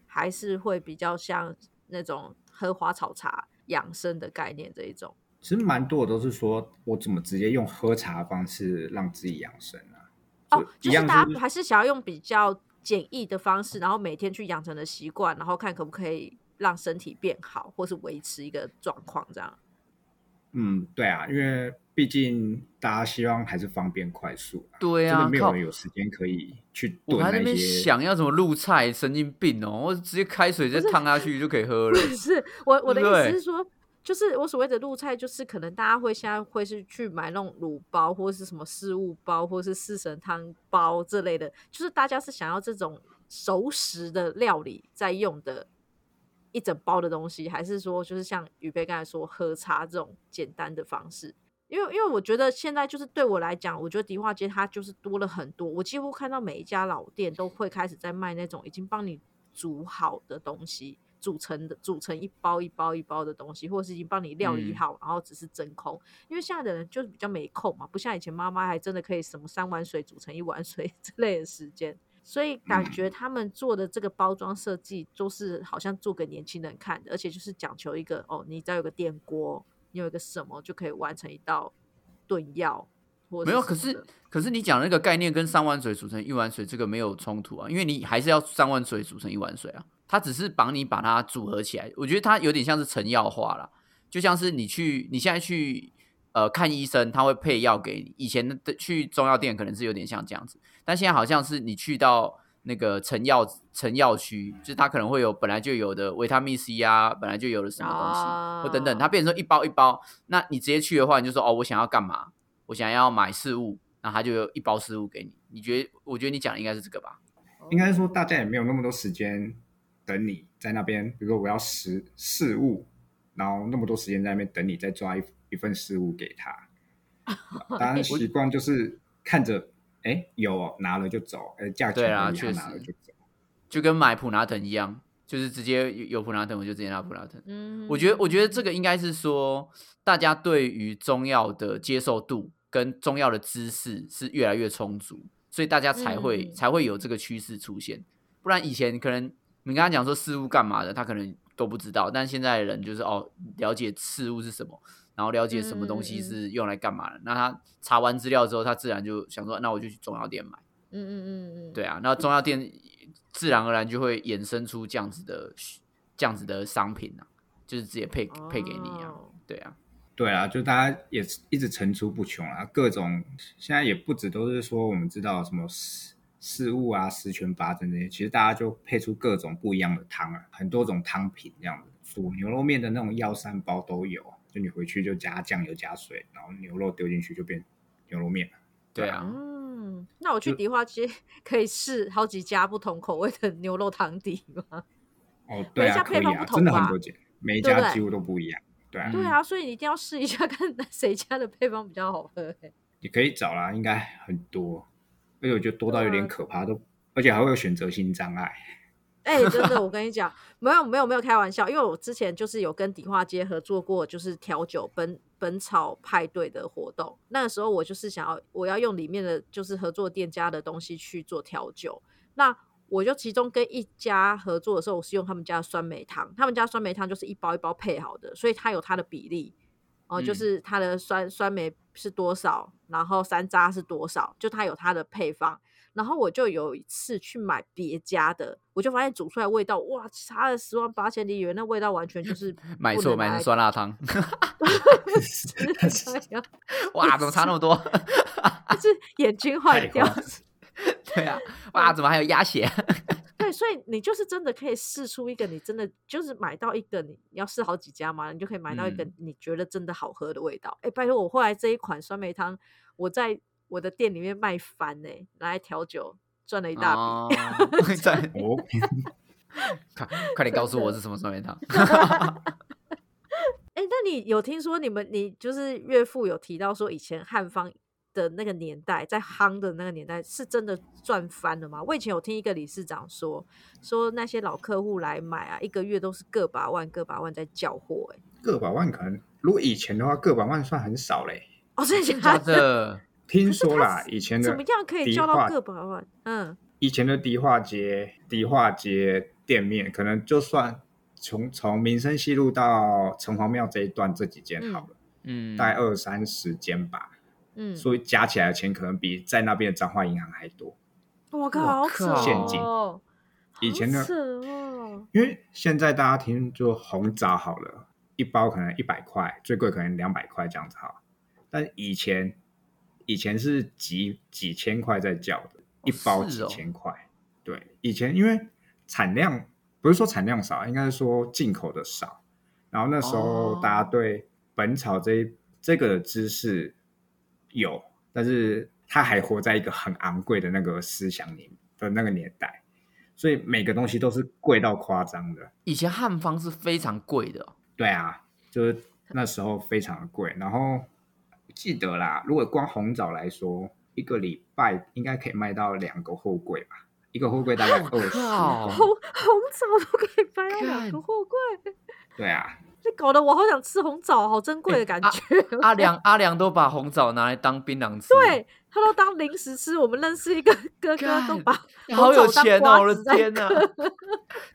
Speaker 1: 还是会比较像那种喝花草茶养生的概念这一种。
Speaker 3: 其实蛮多的都是说我怎么直接用喝茶的方式让自己养生啊？
Speaker 1: 哦，就
Speaker 3: 就一
Speaker 1: 是
Speaker 3: 样
Speaker 1: 大
Speaker 3: 是
Speaker 1: 家还是想要用比较简易的方式，然后每天去养成的习惯，然后看可不可以让身体变好，或是维持一个状况这样。
Speaker 3: 嗯，对啊，因为毕竟大家希望还是方便快速啊，
Speaker 2: 对
Speaker 3: 真的
Speaker 2: 啊，
Speaker 3: 没有
Speaker 2: 靠
Speaker 3: 人！有时间可以去
Speaker 2: 我
Speaker 3: 炖
Speaker 2: 还在那
Speaker 3: 那
Speaker 2: 边
Speaker 3: 些。
Speaker 2: 想要怎么入菜，神经病哦！我直接开水再烫下去就可以喝了。
Speaker 1: 是我我的
Speaker 2: 对不
Speaker 1: 意
Speaker 2: 对
Speaker 1: 思是说，就是我所谓的露菜，就是可能大家会现在会是去买那种卤包，或是什么四物包，或是四神汤包这类的，就是大家是想要这种熟食的料理在用的一整包的东西，还是说就是像宇贝刚才说喝茶这种简单的方式？因为因为我觉得现在就是对我来讲，我觉得迪化街它就是多了很多，我几乎看到每一家老店都会开始在卖那种已经帮你煮好的东西，煮成的煮成一包一包一包的东西，或是已经帮你料理
Speaker 2: 嗯
Speaker 1: 好，然后只是真空。因为现在的人就是比较没空嘛，不像以前妈妈还真的可以什么三碗水煮成一碗水 之类的时间。所以感觉他们做的这个包装设计，都是好像做给年轻人看的，而且就是讲求一个哦，你只要有个电锅，你有一个什么就可以完成一道炖药，或
Speaker 2: 没有，
Speaker 1: 什
Speaker 2: 可
Speaker 1: 么
Speaker 2: 是
Speaker 1: 的
Speaker 2: 可是你讲的那个概念跟三碗水煮成一碗水这个没有冲突啊，因为你还是要三碗水煮成一碗水啊，它只是帮你把它组合起来。我觉得它有点像是成药化啦，就像是你去你现在去呃看医生，他会配药给你。以前的去中药店可能是有点像这样子，但现在好像是你去到那个成药成药区，就是它可能会有本来就有的维他命 C 啊，本来就有的什么东
Speaker 1: 哦
Speaker 2: 西。
Speaker 1: 啊
Speaker 2: 或等等，它变成说一包一包。那你直接去的话，你就说哦，我想要干嘛？我想要买事物，那它就有一包事物给你。你觉得？我觉得你讲的应该是这个吧？
Speaker 3: 应该说大家也没有那么多时间等你在那边，比如说我要食事物，然后那么多时间在那边等你，再抓一一份事物给他。
Speaker 1: 哦
Speaker 2: 哦
Speaker 3: 当然习惯就是看着，哎，有哦拿了就走，哎，价钱
Speaker 2: 对啊
Speaker 3: 而已
Speaker 2: 确实
Speaker 3: 拿了就走。
Speaker 2: 就跟买普拿疼一样，就是直接有有普拿疼，我就直接拿普拿疼。
Speaker 1: 嗯
Speaker 2: 我觉得，我觉得这个应该是说，大家对于中药的接受度跟中药的知识是越来越充足，所以大家才会、
Speaker 1: 嗯
Speaker 2: 才会有这个趋势出现。不然以前可能你跟他讲说事物干嘛的，他可能都不知道，但现在的人就是哦，了解事物是什么，然后了解什么东
Speaker 1: 嗯
Speaker 2: 西
Speaker 1: 嗯嗯
Speaker 2: 是用来干嘛的。那他查完资料之后，他自然就想说，那我就去中药店买。
Speaker 1: 嗯嗯嗯嗯，
Speaker 2: 对啊，那中药店自然而然就会衍生出这样子的这样子的商品啊，就是直接配
Speaker 1: 哦，
Speaker 2: 配给你啊，对啊，
Speaker 3: 对啊，就大家也是一直层出不穷啊，各种现在也不止都是说我们知道什么事事物啊、十全八珍这些，其实大家就配出各种不一样的汤啊，很多种汤品这样子，煮牛肉面的那种药膳包都有，啊就你回去就加酱油、加水，然后牛肉丢进去就变牛肉面了。
Speaker 2: 对啊，
Speaker 1: 嗯，那我去迪化街 可以试好几家不同口味的牛肉汤底吗？
Speaker 3: 哦，对
Speaker 1: 每一家
Speaker 3: 啊，可
Speaker 1: 配
Speaker 3: 以
Speaker 1: 方不
Speaker 3: 啊，
Speaker 1: 同
Speaker 3: 真的
Speaker 1: 吧
Speaker 3: 很多间，每一
Speaker 1: 对不
Speaker 3: 家
Speaker 1: 对
Speaker 3: 几乎都不一样。对啊，
Speaker 2: 嗯
Speaker 1: 对啊，所以你一定要试一下，看谁家的配方比较好喝、欸。
Speaker 3: 也可以找啦，应该很多，而且我觉得多到
Speaker 1: 对
Speaker 3: 有
Speaker 1: 啊
Speaker 3: 点可怕，都而且还会有选择性 障碍。
Speaker 1: 哎、真的，我跟你讲，没有没有没有开玩笑，因为我之前就是有跟迪化街合作过，就是调酒本本草派对的活动。那个时候我就是想要，我要用里面的就是合作店家的东西去做调酒。那我就其中跟一家合作的时候，我是用他们家的酸梅汤，他们家酸梅汤就是一包一包配好的，所以它有它的比例。哦、就
Speaker 2: 嗯
Speaker 1: 是它的酸酸梅是多少，然后山楂是多少，就它有它的配方。然后我就有一次去买别家的，我就发现煮出来味道，哇，差了十万八千里远，那味道完全就是
Speaker 2: 买
Speaker 1: 不
Speaker 2: 错
Speaker 1: 能
Speaker 2: 买
Speaker 1: 拿
Speaker 2: 成
Speaker 1: 来
Speaker 2: 酸 辣汤，
Speaker 1: 吃这样，
Speaker 2: 哇，怎么差那么多？
Speaker 1: 就是眼睛坏
Speaker 3: 太
Speaker 1: 掉。
Speaker 3: 夸
Speaker 2: 对啊，哇，怎么还有鸭血？
Speaker 1: 对，所以你就是真的可以试出一个你真的就是买到一个你你要试好几家嘛，你就可以买到一个
Speaker 2: 嗯
Speaker 1: 你觉得真的好喝的味道。哎、拜托，我后来这一款酸梅汤，我在我的店里面卖翻呢、拿来调酒赚了一大笔。
Speaker 2: 哦， 在
Speaker 3: 哦，
Speaker 2: 快快点告诉我是什么酸 梅汤？
Speaker 1: 哎、那你有听说你们你就是岳父有提到说以前汉方的那个年代，在夯的那个年代是真的赚翻了吗？我以前有听一个理事长说，说那些老客户来买啊，一个月都是个把万个把万在叫货、欸，
Speaker 3: 个把万可能，如果以前的话，个把万算很少嘞。
Speaker 1: 哦，所以
Speaker 2: 真
Speaker 1: 他
Speaker 2: 假的？
Speaker 3: 听
Speaker 1: 可是
Speaker 3: 说
Speaker 1: 它
Speaker 3: 啦，以前
Speaker 1: 怎
Speaker 3: 的
Speaker 1: 么样可以
Speaker 3: 迪
Speaker 1: 交到
Speaker 3: 化
Speaker 1: 个百万？嗯，
Speaker 3: 以前的迪化街，迪化街店面可能就算从从民生西路到城隍庙这一段这几间好了，
Speaker 2: 嗯，
Speaker 3: 大概二三十间吧，
Speaker 1: 嗯，
Speaker 3: 所以加起来的钱可能比在那边的彰化银行还多。
Speaker 1: 我靠，
Speaker 2: 我
Speaker 1: 好扯
Speaker 2: 靠
Speaker 3: 现金
Speaker 1: 哦！
Speaker 3: 以
Speaker 1: 好
Speaker 3: 前的
Speaker 1: 扯
Speaker 2: 嗯
Speaker 1: 哦，
Speaker 3: 因为现在大家听就红枣好了，一包可能一百块，最贵可能两百块这样子哈。但以前以前是几几千块在叫的，一包
Speaker 2: 是
Speaker 3: 几
Speaker 2: 哦
Speaker 3: 千块。对，以前因为产量不是说产量少，应该是说进口的少。然后那时
Speaker 2: 哦
Speaker 3: 候大家对《本草这》一这个的知识有，但是它还活在一个很昂贵的那个思想里的那个年代，所以每个东西都是贵到夸张的。
Speaker 2: 以前汉方是非常贵的哦，
Speaker 3: 对啊，就是那时候非常的贵。然后记得啦，如果光红枣来说，一个礼拜应该可以卖到两个货柜吧，一个货柜大概
Speaker 2: 我
Speaker 3: 二十
Speaker 2: 靠
Speaker 1: 红红枣都可以搬到两
Speaker 2: 干
Speaker 1: 个货柜，
Speaker 3: 对啊，
Speaker 1: 这搞得我好想吃红枣，好珍贵
Speaker 3: 哎
Speaker 1: 的感
Speaker 2: 啊
Speaker 1: 觉。
Speaker 2: 阿良阿良都把红枣拿来当槟榔吃，
Speaker 1: 对，他都当零食吃。我们认识一个哥哥，都
Speaker 2: 干
Speaker 1: 把
Speaker 2: 他好有
Speaker 1: 红枣当
Speaker 2: 钱
Speaker 1: 瓜
Speaker 2: 哦！我
Speaker 1: 子
Speaker 2: 的
Speaker 1: 在
Speaker 2: 天哪，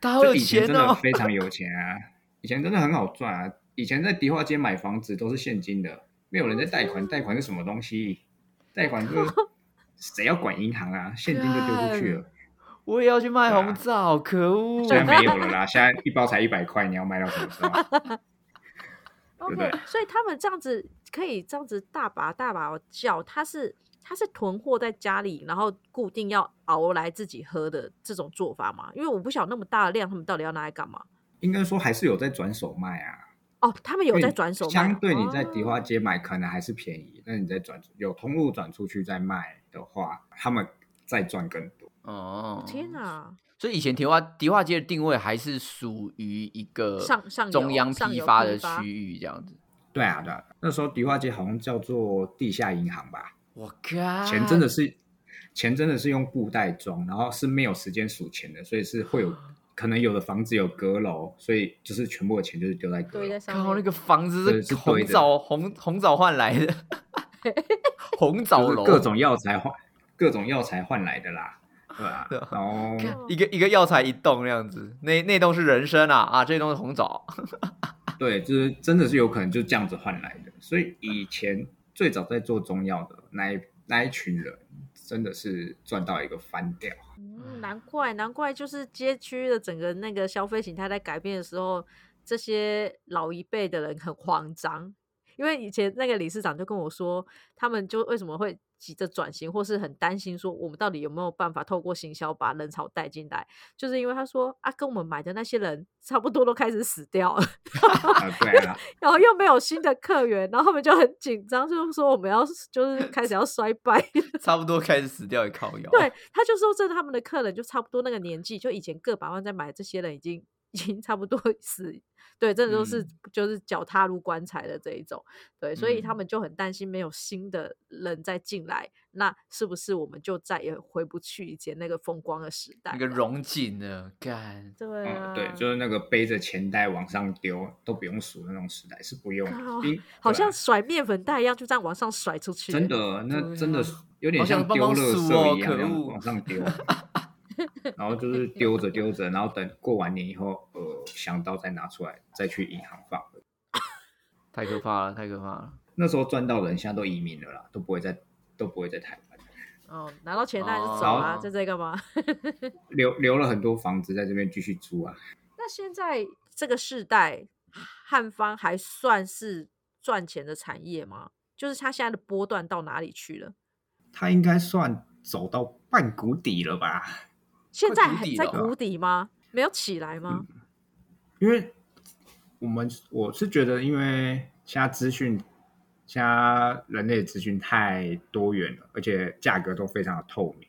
Speaker 2: 他好
Speaker 3: 就
Speaker 2: 有
Speaker 3: 以前
Speaker 2: 钱
Speaker 3: 真的
Speaker 2: 哦！
Speaker 3: 非常有钱啊，以前真的很好赚啊。以前在迪化街买房子都是现金的，没有人在贷款，贷款是什么东西？贷 款就是谁要管银行啊？现金就丢出去了，
Speaker 2: 我也要去卖
Speaker 3: 对啊
Speaker 2: 红枣，可恶！
Speaker 3: 现在没 有了啦，现在一包才一百块，你要卖到什么时候？啊对
Speaker 1: OK，
Speaker 3: 不 对
Speaker 1: 所以他们这样子可以这样子大把大把叫，他是他是囤货在家里，然后固定要熬来自己喝的这种做法嘛？因为我不晓得那么大的量，他们到底要拿来干嘛？
Speaker 3: 应该说还是有在转手卖啊。
Speaker 1: 哦，他们有在转手卖啊，
Speaker 3: 相对你在迪化
Speaker 1: 哦
Speaker 3: 街买可能还是便宜，那、你在转有通路转出去再卖的话，他们再赚更多。
Speaker 2: 哦，
Speaker 1: 天！哪，
Speaker 2: 所以以前迪化迪化街的定位还是属于一个
Speaker 1: 上上游
Speaker 2: 中央
Speaker 1: 上
Speaker 2: 批
Speaker 1: 游
Speaker 2: 发
Speaker 1: 批
Speaker 2: 的
Speaker 1: 发
Speaker 2: 区域这样子。
Speaker 3: 对啊，对啊，那时候迪化街好像叫做地下银行吧，
Speaker 2: 我靠，
Speaker 3: 钱真的是钱真的是用布袋装，然后是没有时间数钱的，所以是会有
Speaker 1: 啊
Speaker 3: 可能有的房子有阁楼，所以就是全部的钱就是丢在阁
Speaker 1: 堆在
Speaker 3: 楼。
Speaker 1: 上面。
Speaker 2: 靠那个房子
Speaker 3: 对
Speaker 2: 是
Speaker 3: 是
Speaker 2: 红
Speaker 3: 对的
Speaker 2: 枣红红枣换 来的，红枣
Speaker 3: 就是
Speaker 2: 楼
Speaker 3: 各种药材换各种药材换来的啦，对吧、
Speaker 2: 对啊
Speaker 3: 然后
Speaker 1: 看
Speaker 2: 一个一个药材一栋那样子，那那栋是人参啊啊，这栋是红枣。
Speaker 3: 对，就是真的是有可能就这样子换来的。所以以前最早在做中药的那一那一群人，真的是赚到一个翻 掉。
Speaker 1: 嗯，难怪，难怪，就是街区的整个那个消费形态在改变的时候，这些老一辈的人很慌张，因为以前那个理事长就跟我说，他们就为什么会急着转型，或是很担心说我们到底有没有办法透过行销把人潮带进来，就是因为他说啊，跟我们买的那些人差不多都开始死掉了，
Speaker 3: 啊，对啊，
Speaker 1: 然后又没有新的客源，然后他们就很紧张，就是说我们要就是开始要衰败。
Speaker 2: 差不多开始死掉也靠腰。
Speaker 1: 对，，他就说真的，他们的客人就差不多那个年纪，就以前个百万在买这些人已经已经差不多 死，对，真的都
Speaker 3: 嗯
Speaker 1: 是、就是脚踏入棺材的这一种，对，所以他
Speaker 2: 嗯
Speaker 1: 们就很担心没有新的人再进来，那是不是我们就再也回不去以前那个风光的时代了？
Speaker 2: 那个融景的干，
Speaker 1: 对啊，
Speaker 3: 嗯，对，就是那个背着钱袋往上丢都不用数的那种时代是不用的
Speaker 1: 靠，
Speaker 3: 因
Speaker 1: 好
Speaker 3: 对啊
Speaker 1: 像甩面粉袋一样，就这样往上甩出去欸。
Speaker 3: 真的，
Speaker 2: 对啊
Speaker 3: 那真的是有点
Speaker 2: 好想
Speaker 3: 像
Speaker 2: 帮
Speaker 3: 丢
Speaker 2: 忙
Speaker 3: 垃
Speaker 2: 数哦
Speaker 3: 圾一样，
Speaker 2: 可
Speaker 3: 这样
Speaker 2: 恶
Speaker 3: 往上 丢。然后就是丢着丢着，然后等过完年以后，呃，想到再拿出来，再去银行放。
Speaker 2: 太可怕了，太可怕了。
Speaker 3: 那时候赚到的人，现在都移民了啦，都不会在都不会在台湾。
Speaker 1: 哦，拿到钱袋就走
Speaker 2: 哦
Speaker 1: 啊，就这个吗？
Speaker 3: 留留了很多房子在这边继续租啊。
Speaker 1: 那现在这个世代，汉方还算是赚钱的产业吗？就是它现在的波段到哪里去了？
Speaker 3: 它应该算走到半谷底了吧？
Speaker 1: 现
Speaker 2: 快
Speaker 1: 在
Speaker 2: 谷
Speaker 1: 还
Speaker 2: 底
Speaker 1: 在
Speaker 2: 了啊
Speaker 1: 谷底吗？没有起来吗？
Speaker 3: 因为我们我是觉得，因为现在资讯，现在人类资讯太多元了，而且价格都非常的透明，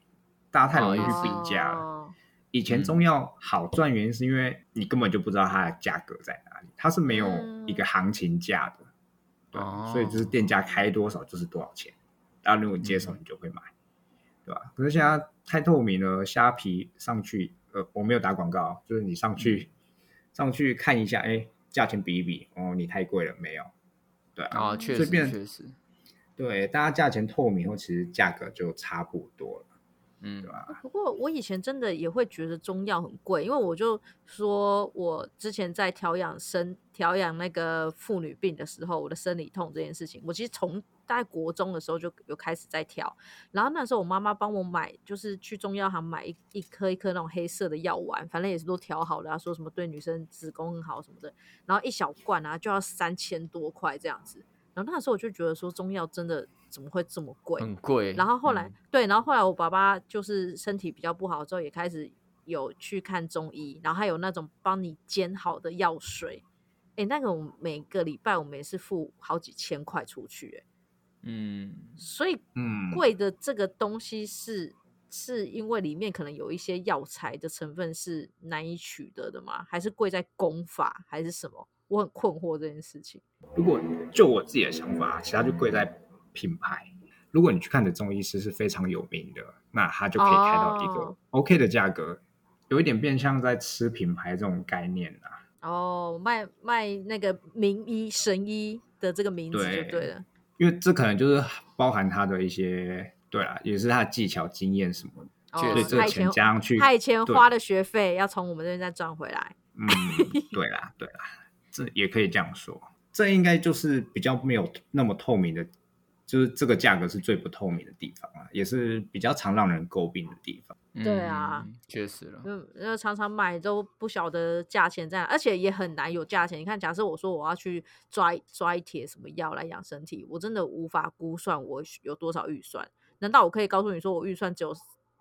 Speaker 3: 大家太
Speaker 2: 嗯
Speaker 3: 容易去
Speaker 1: 哦，
Speaker 3: 比价了。以前中药好赚，原因是因为你根本就不知道它的价格在哪里，它是没有一个行情价的，对，啊
Speaker 2: 哦
Speaker 3: 所以就是店家开多少就是多少钱，然后如果你接手你就会买，对吧？可是现在太透明了，虾 皮上去，呃，我没有打广告，就是你上去上去看一下，哎，价钱比一比，哦，你太贵了没有？对啊，
Speaker 2: 啊，确
Speaker 3: 所
Speaker 2: 实
Speaker 3: 以变成
Speaker 2: 确实，
Speaker 3: 对，大家价钱透明后，其实价格就差不多了。
Speaker 2: 嗯
Speaker 1: 不过我以前真的也会觉得中药很贵，因为我就说我之前在调养生、调养那个妇女病的时候，我的生理痛这件事情，我其实从大概国中的时候就有开始在调，然后那时候我妈妈帮我买，就是去中药行买一一颗一颗那种黑色的药丸，反正也是都调好了、啊，说什么对女生子宫很好什么的，然后一小罐啊就要三千多块这样子，然后那时候我就觉得说中药真的怎么会这么贵？
Speaker 2: 很贵。
Speaker 1: 然后后来、
Speaker 2: 嗯
Speaker 1: 对，然后后来我爸爸就是身体比较不好之后，也开始有去看中医，然后还有那种帮你煎好的药水，诶，那个我每个礼拜我们也是付好几千块出去、诶，
Speaker 2: 嗯，
Speaker 1: 所以
Speaker 3: 嗯，
Speaker 1: 贵的这个东西是是因为里面可能有一些药材的成分是难以取得的吗？还是贵在功法还是什么？我很困惑这件事情。
Speaker 3: 如果就我自己的想法，啊其实它就贵在品牌。如果你去看的中医师是非常有名的，那他就可以开到一个
Speaker 1: 哦
Speaker 3: OK 的价格，有一点变相在吃品牌这种概念啊。
Speaker 1: 哦，卖卖那个名医神医的这个名字就
Speaker 3: 对
Speaker 1: 对了。
Speaker 3: 因为这可能就是包含他的一些，对啊，也是他的技巧、经验什么的，
Speaker 1: 哦
Speaker 2: 确
Speaker 3: 所以
Speaker 2: 实
Speaker 3: 这
Speaker 1: 他
Speaker 3: 个
Speaker 1: 以
Speaker 3: 钱
Speaker 1: 前
Speaker 3: 加上去，
Speaker 1: 他以前
Speaker 3: 对
Speaker 1: 花的学费要从我们这边再赚回来。
Speaker 3: 嗯，对啦，对啦，这也可以这样说。这应该就是比较没有那么透明的，就是这个价格是最不透明的地方啊，也是比较常让人诟病的地方。
Speaker 1: 对啊
Speaker 2: 嗯，确实了。
Speaker 1: 嗯，那常常买都不晓得价钱在哪，而且也很难有价钱。你看，假设我说我要去抓一抓一帖什么药来养身体，我真的无法估算我有多少预算。难道我可以告诉你说我预算只有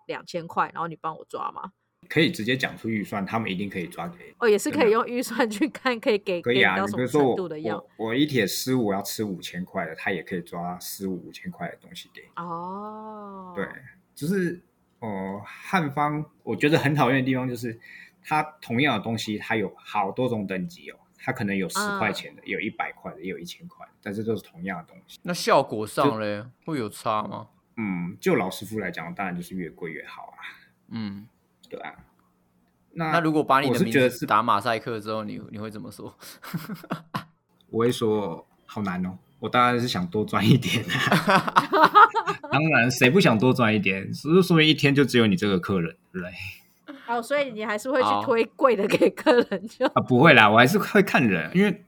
Speaker 1: 两千块，然后你帮我抓吗？
Speaker 3: 可以直接讲出预算，他们一定可以抓给你。
Speaker 1: 哦，也是可
Speaker 3: 真
Speaker 1: 以
Speaker 3: 的
Speaker 1: 用预算去看，可以给
Speaker 3: 可
Speaker 1: 给
Speaker 3: 以
Speaker 1: 你
Speaker 3: 啊，
Speaker 1: 到
Speaker 3: 你
Speaker 1: 什
Speaker 3: 比
Speaker 1: 么
Speaker 3: 如说
Speaker 1: 程
Speaker 3: 我
Speaker 1: 度的药
Speaker 3: 我。我一铁师五要吃五千块的，他也可以抓十五五千块的东西给你。
Speaker 1: 哦，
Speaker 3: 对，就是呃，汉方我觉得很讨厌的地方就是，它同样的东西，它有好多种等级哦，它可能有十
Speaker 1: 嗯
Speaker 3: 块钱的，也有一百块的，也有一千块的，但是都是同样的东西。
Speaker 2: 那效果上嘞，会有差吗？
Speaker 3: 嗯，就老师傅来讲，当然就是越贵越好啊，
Speaker 2: 嗯，
Speaker 3: 对啊。那
Speaker 2: 那如果把你
Speaker 3: 啊我
Speaker 2: 的
Speaker 3: 是
Speaker 2: 名
Speaker 3: 觉得
Speaker 2: 字
Speaker 3: 是
Speaker 2: 打马赛克之后，你你会怎么说？
Speaker 3: 我会说好难哦，我当然是想多赚一点、啊。当然，谁不想多赚一点？只是说明一天就只有你这个客人，对不对？
Speaker 1: 哦，所以你还是会去
Speaker 2: 好
Speaker 1: 推贵的给客人就
Speaker 3: 啊，不会啦，我还是会看人，因为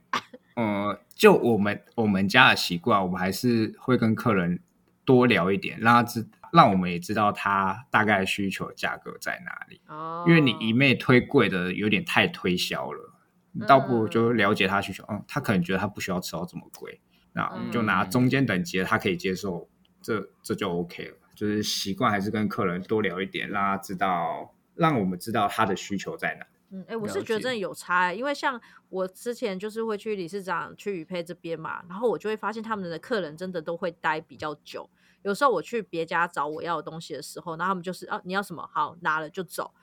Speaker 3: 呃，就我们我们家的习惯，我们还是会跟客人多聊一点，让他知，让我们也知道他大概需求的价格在哪里。
Speaker 1: 哦，
Speaker 3: 因为你一昧推贵的，有点太推销了，你倒不如
Speaker 1: 嗯
Speaker 3: 就了解他需求。嗯，他可能觉得他不需要吃到这么贵，那我们就拿
Speaker 2: 嗯
Speaker 3: 中间等级的，他可以接受，这这就 OK 了。就是习惯还是跟客人多聊一点，让他知道，让我们知道他的需求在哪。
Speaker 1: 嗯，哎、我
Speaker 2: 了
Speaker 1: 是觉得真
Speaker 2: 解
Speaker 1: 的有差、欸，因为像我之前就是会去理事长去宇佩这边嘛，然后我就会发现他们的客人真的都会待比较久。有时候我去别家找我要的东西的时候，然后他们就是啊，你要什么好拿了就走，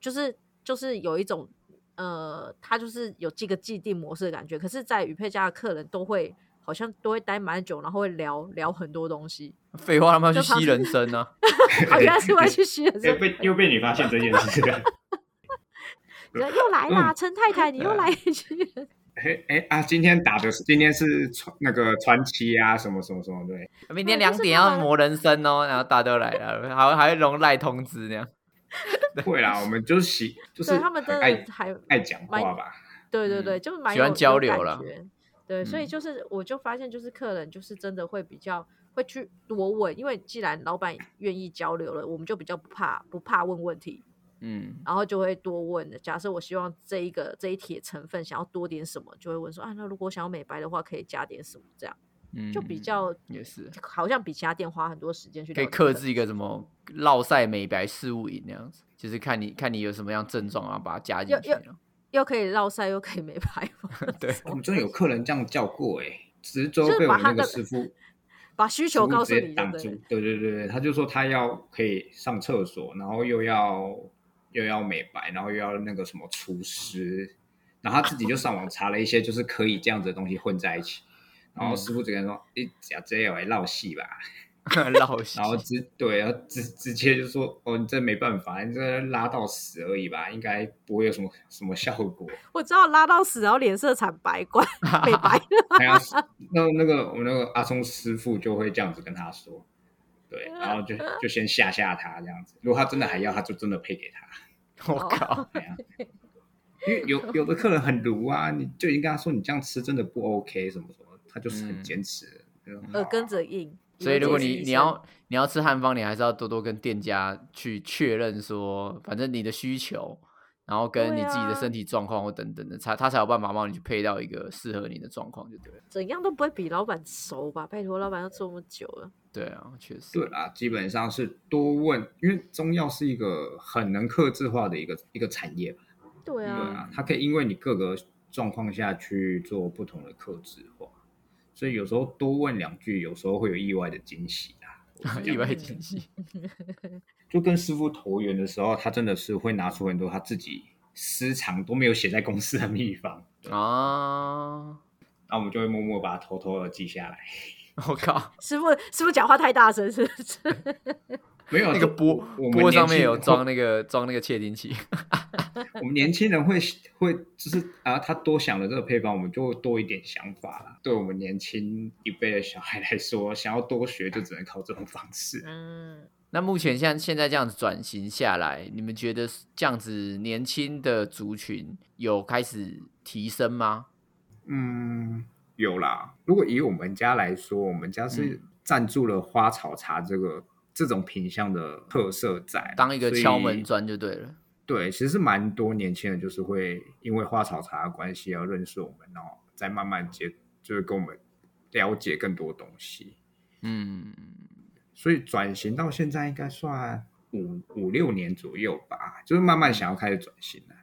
Speaker 1: 就是就是有一种呃，他就是有这个既定模式的感觉。可是，在宇佩家的客人都会好像都会待蛮久，然后会聊聊很多东 西。
Speaker 2: 废话，他们要
Speaker 1: 就
Speaker 2: 去
Speaker 1: 尝
Speaker 2: 吸
Speaker 1: 试
Speaker 2: 人参啊 呢、
Speaker 1: 哦，原来是会去吸人参，
Speaker 3: 被 又被你发现这件事了。
Speaker 1: 你说又来啦，陈太太，你又
Speaker 3: 对啊
Speaker 1: 来 吸人参
Speaker 3: 哎哎啊！今天打的是今天是传那个传奇啊，什么什么什 么对。
Speaker 2: 明
Speaker 1: 嗯
Speaker 2: 天两
Speaker 1: 就是
Speaker 2: 点
Speaker 1: 他
Speaker 2: 要
Speaker 1: 们
Speaker 2: 磨人参哦，然后大家都来了，还还会容赖通知那样。
Speaker 3: 会啦，我们就是习，就是
Speaker 1: 对他们
Speaker 3: 很
Speaker 1: 真
Speaker 3: 爱
Speaker 1: 的还
Speaker 3: 爱讲
Speaker 1: 蛮
Speaker 3: 话吧。
Speaker 1: 对对对，
Speaker 2: 嗯
Speaker 1: 就是蛮
Speaker 2: 喜欢
Speaker 1: 有
Speaker 2: 交
Speaker 1: 有
Speaker 2: 流
Speaker 1: 感
Speaker 2: 啦
Speaker 1: 觉对，所以
Speaker 2: 嗯
Speaker 1: 就是我就发现，就是客人就是真的会比较会去多问，因为既然老板愿意交流了，我们就比较不怕不怕问问题，
Speaker 2: 嗯，
Speaker 1: 然后就会多问的。假设我希望这一个这一帖成分想要多点什么，就会问说啊，那如果想要美白的话，可以加点什么？这样
Speaker 2: 嗯
Speaker 1: 就比较
Speaker 2: 也是
Speaker 1: 好像比其他店花很多时间去
Speaker 2: 可以
Speaker 1: 了解
Speaker 2: 克
Speaker 1: 客
Speaker 2: 制一个什么绕赛美白事务营那样子，就是看你看你有什么样症状，然后啊把它加进
Speaker 1: 又
Speaker 2: 去
Speaker 1: 又
Speaker 2: 那样。
Speaker 1: 又可以绕晒，又可以美白嘛，
Speaker 2: 对，
Speaker 3: 我们真的有客人这样叫过哎、欸，只是最
Speaker 1: 哦就是
Speaker 3: 后被我
Speaker 1: 把
Speaker 3: 们
Speaker 1: 他
Speaker 3: 那个
Speaker 1: 的
Speaker 3: 师傅
Speaker 1: 把需求
Speaker 3: 师傅
Speaker 1: 告诉
Speaker 3: 直接
Speaker 1: 你就
Speaker 3: 挡
Speaker 1: 对了
Speaker 3: 住。。对对对对，他就说他要可以上厕所，然后又要又要美白，然后又要那个什么除湿，然后他自己就上网查了一些就是
Speaker 1: 嗯
Speaker 3: 哎可以这样子的东西混在一起。然后师傅只跟他说：“你假这有来闹戏吧。”
Speaker 2: 老习
Speaker 3: 然后直对，然后直直接就说哦，你这没办法，你这拉到死而已吧，应该不会有什么什么效果。
Speaker 1: 我知道拉到死，然后脸色惨白，怪 美白。
Speaker 3: 还有那那个我们那个阿松师傅就会这样子跟他说，对，然后就就先吓吓他这样子。如果他真的还要，他就真的配给他。
Speaker 2: 我
Speaker 1: 哦
Speaker 2: 靠，
Speaker 3: 对啊，因为有有的客人很鲁啊，你就已经跟他说你这样吃真的不 OK 什么什么，他就是
Speaker 1: 嗯
Speaker 3: 很啊坚持。就说
Speaker 1: 耳根子硬。
Speaker 2: 所以如果
Speaker 1: 这是
Speaker 2: 你
Speaker 1: 医
Speaker 2: 你
Speaker 1: 生
Speaker 2: 要你要吃汉方，你还是要多多跟店家去确认说，反正你的需求，然后跟
Speaker 1: 对
Speaker 2: 你自己的
Speaker 1: 啊
Speaker 2: 身体状况或等等的，他他才有办法帮你去配到一个适合你的状况，就对了。
Speaker 1: 怎样都不会比老板熟吧？拜托，老板要做那么久了，
Speaker 2: 对啊，确实。
Speaker 3: 对啦，基本上是多问，因为中药是一个很能克制化的一个一个产业吧。
Speaker 1: 对
Speaker 3: 对
Speaker 1: 啊，
Speaker 3: 啊，它可以因为你各个状况下去做不同的克制化，所以有时候多问两句，有时候会有意外的惊喜啊 啦。
Speaker 2: 意外惊喜，
Speaker 3: 就跟师傅投缘的时候，他真的是会拿出很多他自己私藏都没有写在公司的秘方，
Speaker 2: 啊！
Speaker 3: 那我们就会默默把它偷偷的记下来。
Speaker 2: 我
Speaker 3: 啊
Speaker 2: 靠，
Speaker 1: 师傅师傅讲话太大声，是不是？
Speaker 3: 没有
Speaker 2: 那个
Speaker 3: 就
Speaker 2: 波
Speaker 3: 我们
Speaker 2: 波上
Speaker 3: 年轻
Speaker 2: 面有
Speaker 3: 人
Speaker 2: 装那个装那个窃听器，
Speaker 3: 我们年轻人会会就是啊，他多想了这个配方，我们就多一点想法啦。对我们年轻一辈的小孩来说，想要多学就只能靠这种方式。
Speaker 1: 嗯，
Speaker 2: 那目前像现在这样子转型下来，你们觉得这样子年轻的族群有开始提升吗？
Speaker 3: 嗯，有啦。如果以我们家来说，我们家
Speaker 2: 嗯
Speaker 3: 是赞助了花草茶这个、这种品相的特色在，
Speaker 2: 当一个
Speaker 3: 所以
Speaker 2: 敲门。砖就对了。
Speaker 3: 对，其实蛮多年轻人就是会因为花草茶的关系要认识我们，然后再慢慢接，就是跟我们了解更多东西。
Speaker 2: 嗯，
Speaker 3: 所以转型到现在应该算五五六年左右吧，就是慢慢想要开始转型了。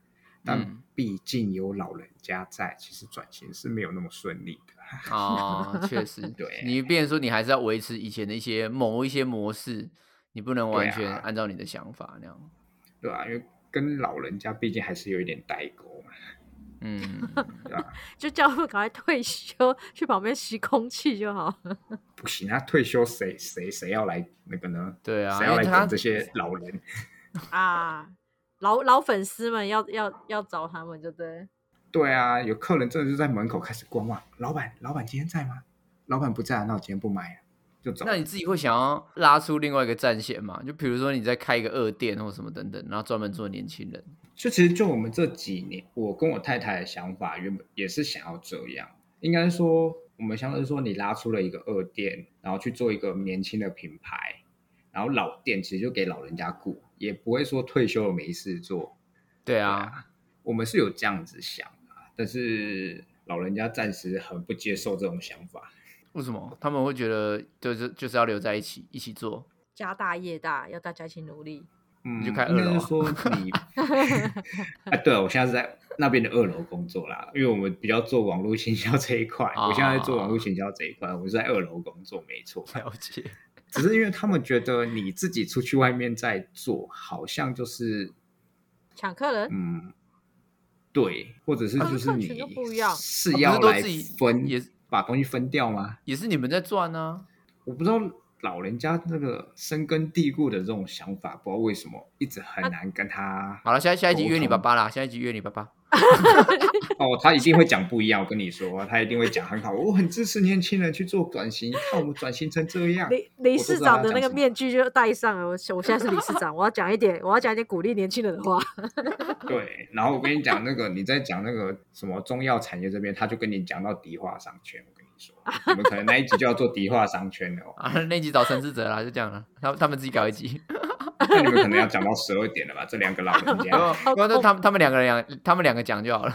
Speaker 3: 但
Speaker 2: 嗯
Speaker 3: 毕竟有老人家在，其实转型是没有那么顺利的。
Speaker 2: 哦，确实，
Speaker 3: 对
Speaker 2: 你变成说你还是要维持以前的一些某一些模式，你不能完
Speaker 3: 对
Speaker 2: 全
Speaker 3: 啊
Speaker 2: 按照你的想法那样。
Speaker 3: 对啊，因为跟老人家毕竟还是有一点代沟嘛，
Speaker 2: 嗯，
Speaker 3: 对吧、
Speaker 1: 就叫他们赶快退休，去旁边吸空气就好。
Speaker 3: 不行，他退休谁谁谁要来那个呢？
Speaker 2: 对啊，
Speaker 3: 谁
Speaker 2: 因
Speaker 3: 要
Speaker 2: 为
Speaker 3: 来
Speaker 2: 他
Speaker 3: 管这些老人？
Speaker 1: 啊， 老老粉丝们要要要找他们，就对。
Speaker 3: 对啊，有客人真的就在门口开始观望，老板，老板今天在吗？老板不在啊，那我今天不买了，就走。
Speaker 2: 那你自己会想要拉出另外一个战线嘛？就比如说你再开一个二店或什么等等，然后专门做年轻人。
Speaker 3: 就其实就我们这几年，我跟我太太的想法原本也是想要这样，应该说我们相当于说你拉出了一个二店，然后去做一个年轻的品牌，然后老店其实就给老人家顾，也不会说退休了没事做。
Speaker 2: 对
Speaker 3: 对
Speaker 2: 啊，
Speaker 3: 啊，我们是有这样子想的啊，但是老人家暂时很不接受这种想法。
Speaker 2: 为什么他们会觉得就是就是要留在一起一起 做？
Speaker 1: 家大业大，要大家一起努力。
Speaker 3: 嗯，
Speaker 2: 你就开
Speaker 3: 应该
Speaker 2: 二楼啊
Speaker 3: 是说 你，啊，对，我现在是在那边的二楼工作啦，因为我们比较做网络行销这一块，
Speaker 2: 哦
Speaker 3: 我现在在做网络行销这一块，我是在二楼工作，没错。
Speaker 2: 了解，
Speaker 3: 只是因为他们觉得你自己出去外面在做，好像就是
Speaker 1: 抢客人，
Speaker 3: 嗯，对，或者是
Speaker 1: 可是
Speaker 3: 就是
Speaker 1: 啊客群
Speaker 3: 你
Speaker 1: 就不一样
Speaker 3: 是
Speaker 2: 啊
Speaker 3: 要
Speaker 2: 不是都
Speaker 3: 来
Speaker 2: 自己
Speaker 3: 分，
Speaker 2: 也
Speaker 3: 把东西分掉吗？
Speaker 2: 也是你们在赚啊。
Speaker 3: 我不知道老人家那个深根蒂固的这种想法，不知道为什么一直
Speaker 1: 啊
Speaker 3: 很难跟他。
Speaker 2: 好了，下下一集
Speaker 3: 沟
Speaker 2: 约你
Speaker 3: 通
Speaker 2: 爸爸啦，下一集约你爸爸。
Speaker 3: 哦，他一定会讲不一样，我跟你说，他一定会讲很好。我很支持年轻人去做转型，看我们转型成这样。
Speaker 1: 理理
Speaker 3: 我都
Speaker 1: 事
Speaker 3: 知道
Speaker 1: 长
Speaker 3: 他
Speaker 1: 的
Speaker 3: 讲
Speaker 1: 那个
Speaker 3: 什么
Speaker 1: 面具就戴上了。我我现在是理事长，我要讲一点，我要讲一点鼓励年轻人的话。
Speaker 3: 对，然后我跟你讲那个，你在讲那个什么中药产业这边，他就跟你讲到迪化商圈。我跟你 说，你们可能那一集就要做迪化商圈了、哦，
Speaker 2: 啊，那集找陈志哲啦，就这样了。他他们自己搞一集，
Speaker 3: 那你们可能要讲到十二点了吧？这两个老 人
Speaker 2: 然
Speaker 3: 家
Speaker 1: 哦
Speaker 2: 后，然后他们他们两个人两他们两个讲就好了。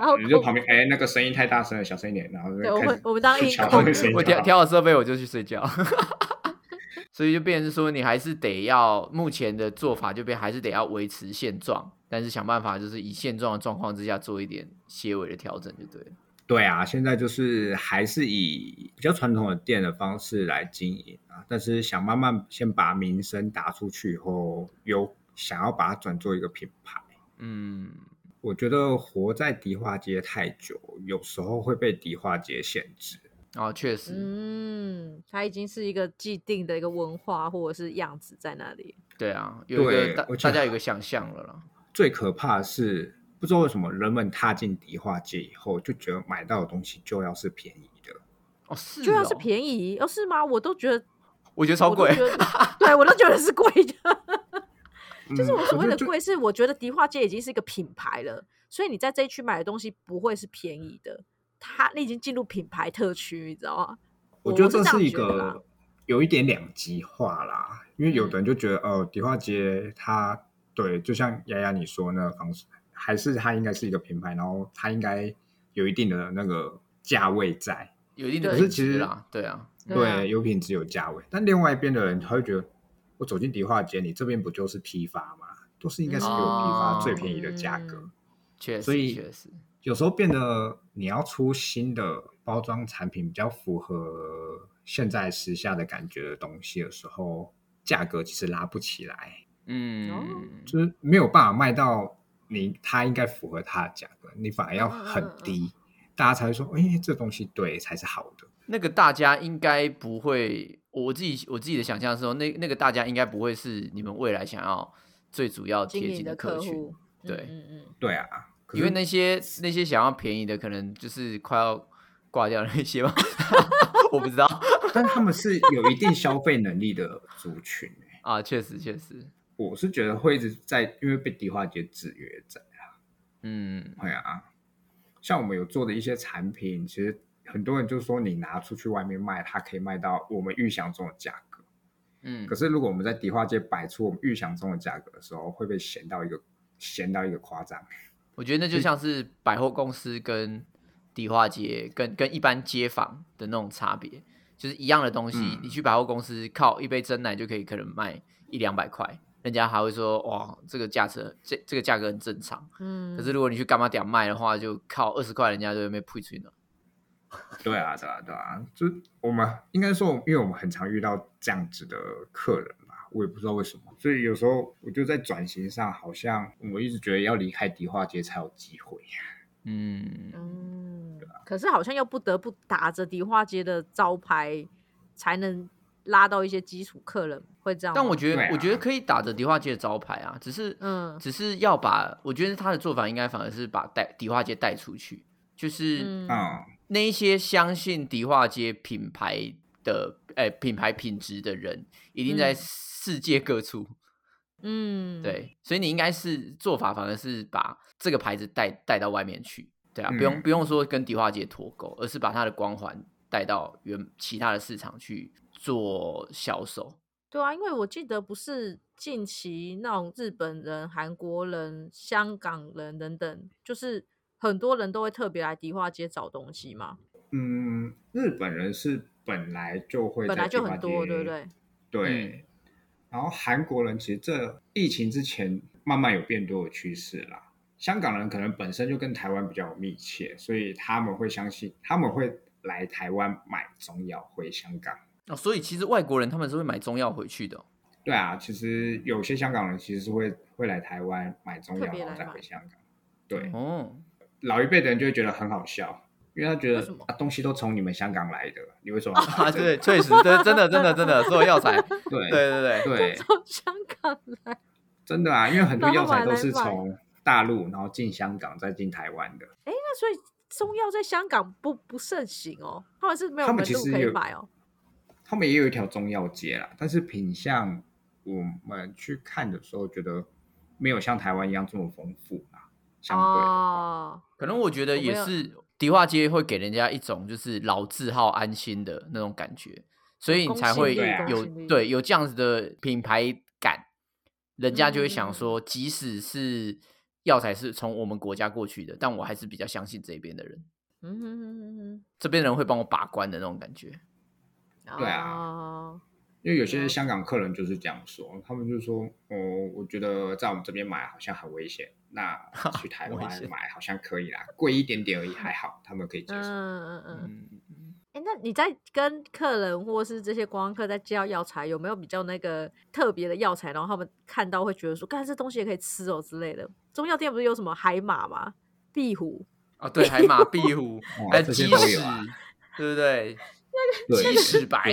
Speaker 1: 好
Speaker 3: 你就
Speaker 1: 恐
Speaker 3: 旁边哎，那个声音太大声了，小声一点。然后
Speaker 1: 对，我
Speaker 3: 就开
Speaker 1: 们
Speaker 3: 始
Speaker 1: 我们当
Speaker 3: 去
Speaker 1: 硬
Speaker 3: 敲
Speaker 1: 控
Speaker 3: 那个声音
Speaker 2: 我
Speaker 3: 就
Speaker 2: 调
Speaker 3: 好。
Speaker 2: 调好设备，我就去睡觉。 所以就变成是说，你还是得要目前的做法，就变还是得要维持现状，但是想办法就是以现状的状况之下做一点些微的调整就对了。
Speaker 3: 对啊，现在就是还是以比较传统的店的方式来经营啊，但是想慢慢先把名声打出去以后，有想要把它转做一个品牌。
Speaker 2: 嗯，
Speaker 3: 我觉得活在迪化街太久，有时候会被迪化街限制。
Speaker 2: 啊，确实，
Speaker 1: 嗯，它已经是一个既定的一个文化或者是样子在那里。
Speaker 2: 对啊，有一个
Speaker 3: 对
Speaker 2: 大
Speaker 3: 我觉
Speaker 2: 大
Speaker 3: 得
Speaker 2: 家有一个想象了啦。
Speaker 3: 最可怕的是，不知道为什么人们踏进迪化街以后，就觉得买到的东西就要是便宜的。
Speaker 2: 哦，是哦，
Speaker 1: 就要是便宜，哦，是吗？我都觉得
Speaker 2: 我觉得超
Speaker 1: 我都
Speaker 2: 贵
Speaker 1: 觉。得对我都觉得是贵的。就是
Speaker 3: 嗯
Speaker 1: 我所谓
Speaker 3: 觉
Speaker 1: 的
Speaker 3: 得就
Speaker 1: 贵，是我觉得迪化街已经是一个品牌了，所以你在这一区买的东西不会是便宜的，它你已经进入品牌特区，你知道吗？
Speaker 3: 我
Speaker 1: 我
Speaker 3: 觉得
Speaker 1: 是
Speaker 3: 这
Speaker 1: 这样
Speaker 3: 是一
Speaker 1: 觉得啦嗯
Speaker 3: 个有一点两极化啦，因为有的人就觉得，哦、迪化街它对，就像丫丫你说那个方式，还是它应该是一个品牌，然后它应该有一定的那个价位在，
Speaker 2: 有一定的
Speaker 1: 可
Speaker 3: 是
Speaker 2: 品
Speaker 3: 其
Speaker 2: 质
Speaker 3: 实
Speaker 2: 啦，对啊，
Speaker 1: 对
Speaker 3: 对，
Speaker 1: 啊
Speaker 3: 有品质有价位。但另外一边的人，他会觉得，我走进迪化街，你这边不就是批发吗？都是应该是给我批发
Speaker 2: 哦
Speaker 3: 最便宜的价格。
Speaker 1: 嗯
Speaker 2: 确
Speaker 3: 所
Speaker 2: 实
Speaker 3: 以
Speaker 2: 确实，
Speaker 3: 有时候变得你要出新的包装产品，比较符合现在时下的感觉的东西的时候，价格其实拉不起来，
Speaker 1: 哦
Speaker 2: 嗯，
Speaker 3: 就是没有办法卖到你它应该符合它的价格，你反而
Speaker 2: 嗯
Speaker 3: 要很低，大家才会说，哎、这东西对才是好的。
Speaker 2: 那个大家应该不会，我自己我自己的想象的时候，那那个大家应该不会是你们未来想要最主要
Speaker 1: 经
Speaker 2: 贴
Speaker 1: 营
Speaker 2: 近
Speaker 1: 的
Speaker 2: 客
Speaker 1: 客
Speaker 2: 群，
Speaker 1: 户，嗯
Speaker 2: 对
Speaker 1: 嗯嗯，
Speaker 3: 对啊，可
Speaker 2: 因为
Speaker 3: 是
Speaker 2: 那些那些想要便宜的，可能就是快要挂掉那些吧， 我不知道
Speaker 3: 但他们是有一定消费能力的族群、欸
Speaker 2: 啊，确实确实，
Speaker 3: 我是觉得会一直在，因为被迪化街制约在。
Speaker 2: 嗯，
Speaker 3: 会啊，像我们有做的一些产品，其实很多人就说你拿出去外面卖，它可以卖到我们预想中的价格。
Speaker 2: 嗯
Speaker 3: 可，是如果我们在迪化街摆出我们预想中的价格的时候，会被嫌到一个嫌到一个夸张。
Speaker 2: 我觉得那就像是百货公司跟迪化街跟跟一般街坊的那种差别，就是一样的东西，
Speaker 3: 嗯
Speaker 2: 你去百货公司靠一杯真奶就可以可能卖一两百块，人家还会说哇这个价格这这个价格很正常。
Speaker 1: 嗯
Speaker 2: 可是如果你去干嘛点卖的话，就靠二十块，人家就会被退出了。
Speaker 3: 对啊，对啊，对啊，就我们应该说，因为我们很常遇到这样子的客人吧，我也不知道为什么，所以有时候我就在转型上，好像我一直觉得要离开迪化街才有机会。
Speaker 2: 嗯，
Speaker 1: 嗯，可是好像又不得不打着迪化街的招牌，才能拉到一些基础客人，会这样吗。
Speaker 2: 但我觉得、
Speaker 3: 对啊
Speaker 2: 我觉得可以打着迪化街的招牌啊，只是
Speaker 1: 嗯
Speaker 2: 只是要把我觉得他的做法应该反而是把带迪化街带出去，就是
Speaker 1: 嗯
Speaker 3: 嗯，
Speaker 2: 那一些相信迪化街品牌的诶、呃品牌品质的人，一定在
Speaker 1: 嗯
Speaker 2: 世界各处。
Speaker 1: 嗯，
Speaker 2: 对，所以你应该是做法，反而是把这个牌子带带到外面去。对啊，
Speaker 3: 嗯
Speaker 2: 不用不用说跟迪化街脱钩，而是把它的光环带到原其他的市场去做销售。
Speaker 1: 对啊，因为我记得不是近期那种日本人、韩国人、香港人等等，就是很多人都会特别来迪化街找东西嘛，
Speaker 3: 嗯，日本人是本来就会
Speaker 1: 本来
Speaker 3: 在
Speaker 1: 就
Speaker 3: 批
Speaker 1: 很
Speaker 3: 发
Speaker 1: 多，
Speaker 3: 街
Speaker 1: 对不？对？
Speaker 3: 对。
Speaker 1: 嗯
Speaker 3: 然后韩国人其实这疫情之前慢慢有变多的趋势啦。香港人可能本身就跟台湾比较有密切，所以他们会相信他们会来台湾买中药回香港。
Speaker 2: 哦，所以其实外国人他们是会买中药回去的哦、
Speaker 3: 对啊，其实有些香港人其实是会会来台湾买中
Speaker 1: 特
Speaker 3: 药，
Speaker 1: 别
Speaker 3: 然后
Speaker 1: 来
Speaker 3: 再
Speaker 1: 买
Speaker 3: 回香港。对，
Speaker 2: 哦，
Speaker 3: 老一辈的人就会觉得很好笑，因为他觉
Speaker 1: 为什
Speaker 3: 得
Speaker 1: 么哦
Speaker 3: 啊东西都从你们香港来的，你为什么要
Speaker 2: 啊，
Speaker 3: 买这个？
Speaker 2: 对，确实，对，真的，真的，真的，所有药 材，对
Speaker 3: 对
Speaker 2: 对对，
Speaker 3: 对，
Speaker 1: 从香港来，
Speaker 3: 真的啊，因为很多
Speaker 1: 然后
Speaker 3: 药材都是
Speaker 1: 买来买
Speaker 3: 从大陆，然后进香港，再进台湾的。
Speaker 1: 那所以中药在香港不不盛行哦，他们是没有
Speaker 3: 他
Speaker 1: 门
Speaker 3: 们其
Speaker 1: 路
Speaker 3: 实
Speaker 1: 可以
Speaker 3: 有
Speaker 1: 买哦。
Speaker 3: 他们也有一条中药街啦，但是品相我们去看的时候，觉得没有像台湾一样这么丰富啊。相对的，
Speaker 1: 哦，
Speaker 2: 可能我觉得
Speaker 1: 我
Speaker 2: 也
Speaker 1: 没有
Speaker 2: 是迪化街会给人家一种就是老字号安心的那种感觉，所以你才会
Speaker 3: 公信力
Speaker 2: 有
Speaker 1: 公信力
Speaker 2: 对有这样子的品牌感，人家就会
Speaker 1: 嗯嗯
Speaker 2: 想
Speaker 1: 嗯
Speaker 2: 说，即使是药材是从我们国家过去的，但我还是比较相信这边的人，
Speaker 1: 嗯哼哼哼
Speaker 2: 这边人会帮我把关的那种感觉。
Speaker 1: 哼，
Speaker 3: 对啊
Speaker 1: 啊，
Speaker 3: 因为有
Speaker 1: 了
Speaker 3: 些
Speaker 1: 解
Speaker 3: 香港客人就是这样说，他们就说：“哦，我觉得在我们这边买好像很危险， 那去台
Speaker 2: 危
Speaker 3: 湾
Speaker 2: 险
Speaker 3: 买好像可以啦，贵一点点而已，还好，他们可以接
Speaker 1: 嗯
Speaker 3: 受。
Speaker 1: 嗯嗯。
Speaker 2: 嗯，
Speaker 1: 哎，那你在跟客人或是这些观光客在介绍药材，有没有比较那个特别的药材，然后他们看到会觉得说，干这东西也可以吃哦之类的？中药店不是有什么海马吗？壁虎，
Speaker 2: 哦对，海马、壁虎，
Speaker 3: 哇
Speaker 2: 还有
Speaker 3: 这些
Speaker 2: 鸡
Speaker 3: 都
Speaker 2: 屎
Speaker 3: 有啊，
Speaker 2: 对不对？
Speaker 3: 对
Speaker 2: 鸡屎白，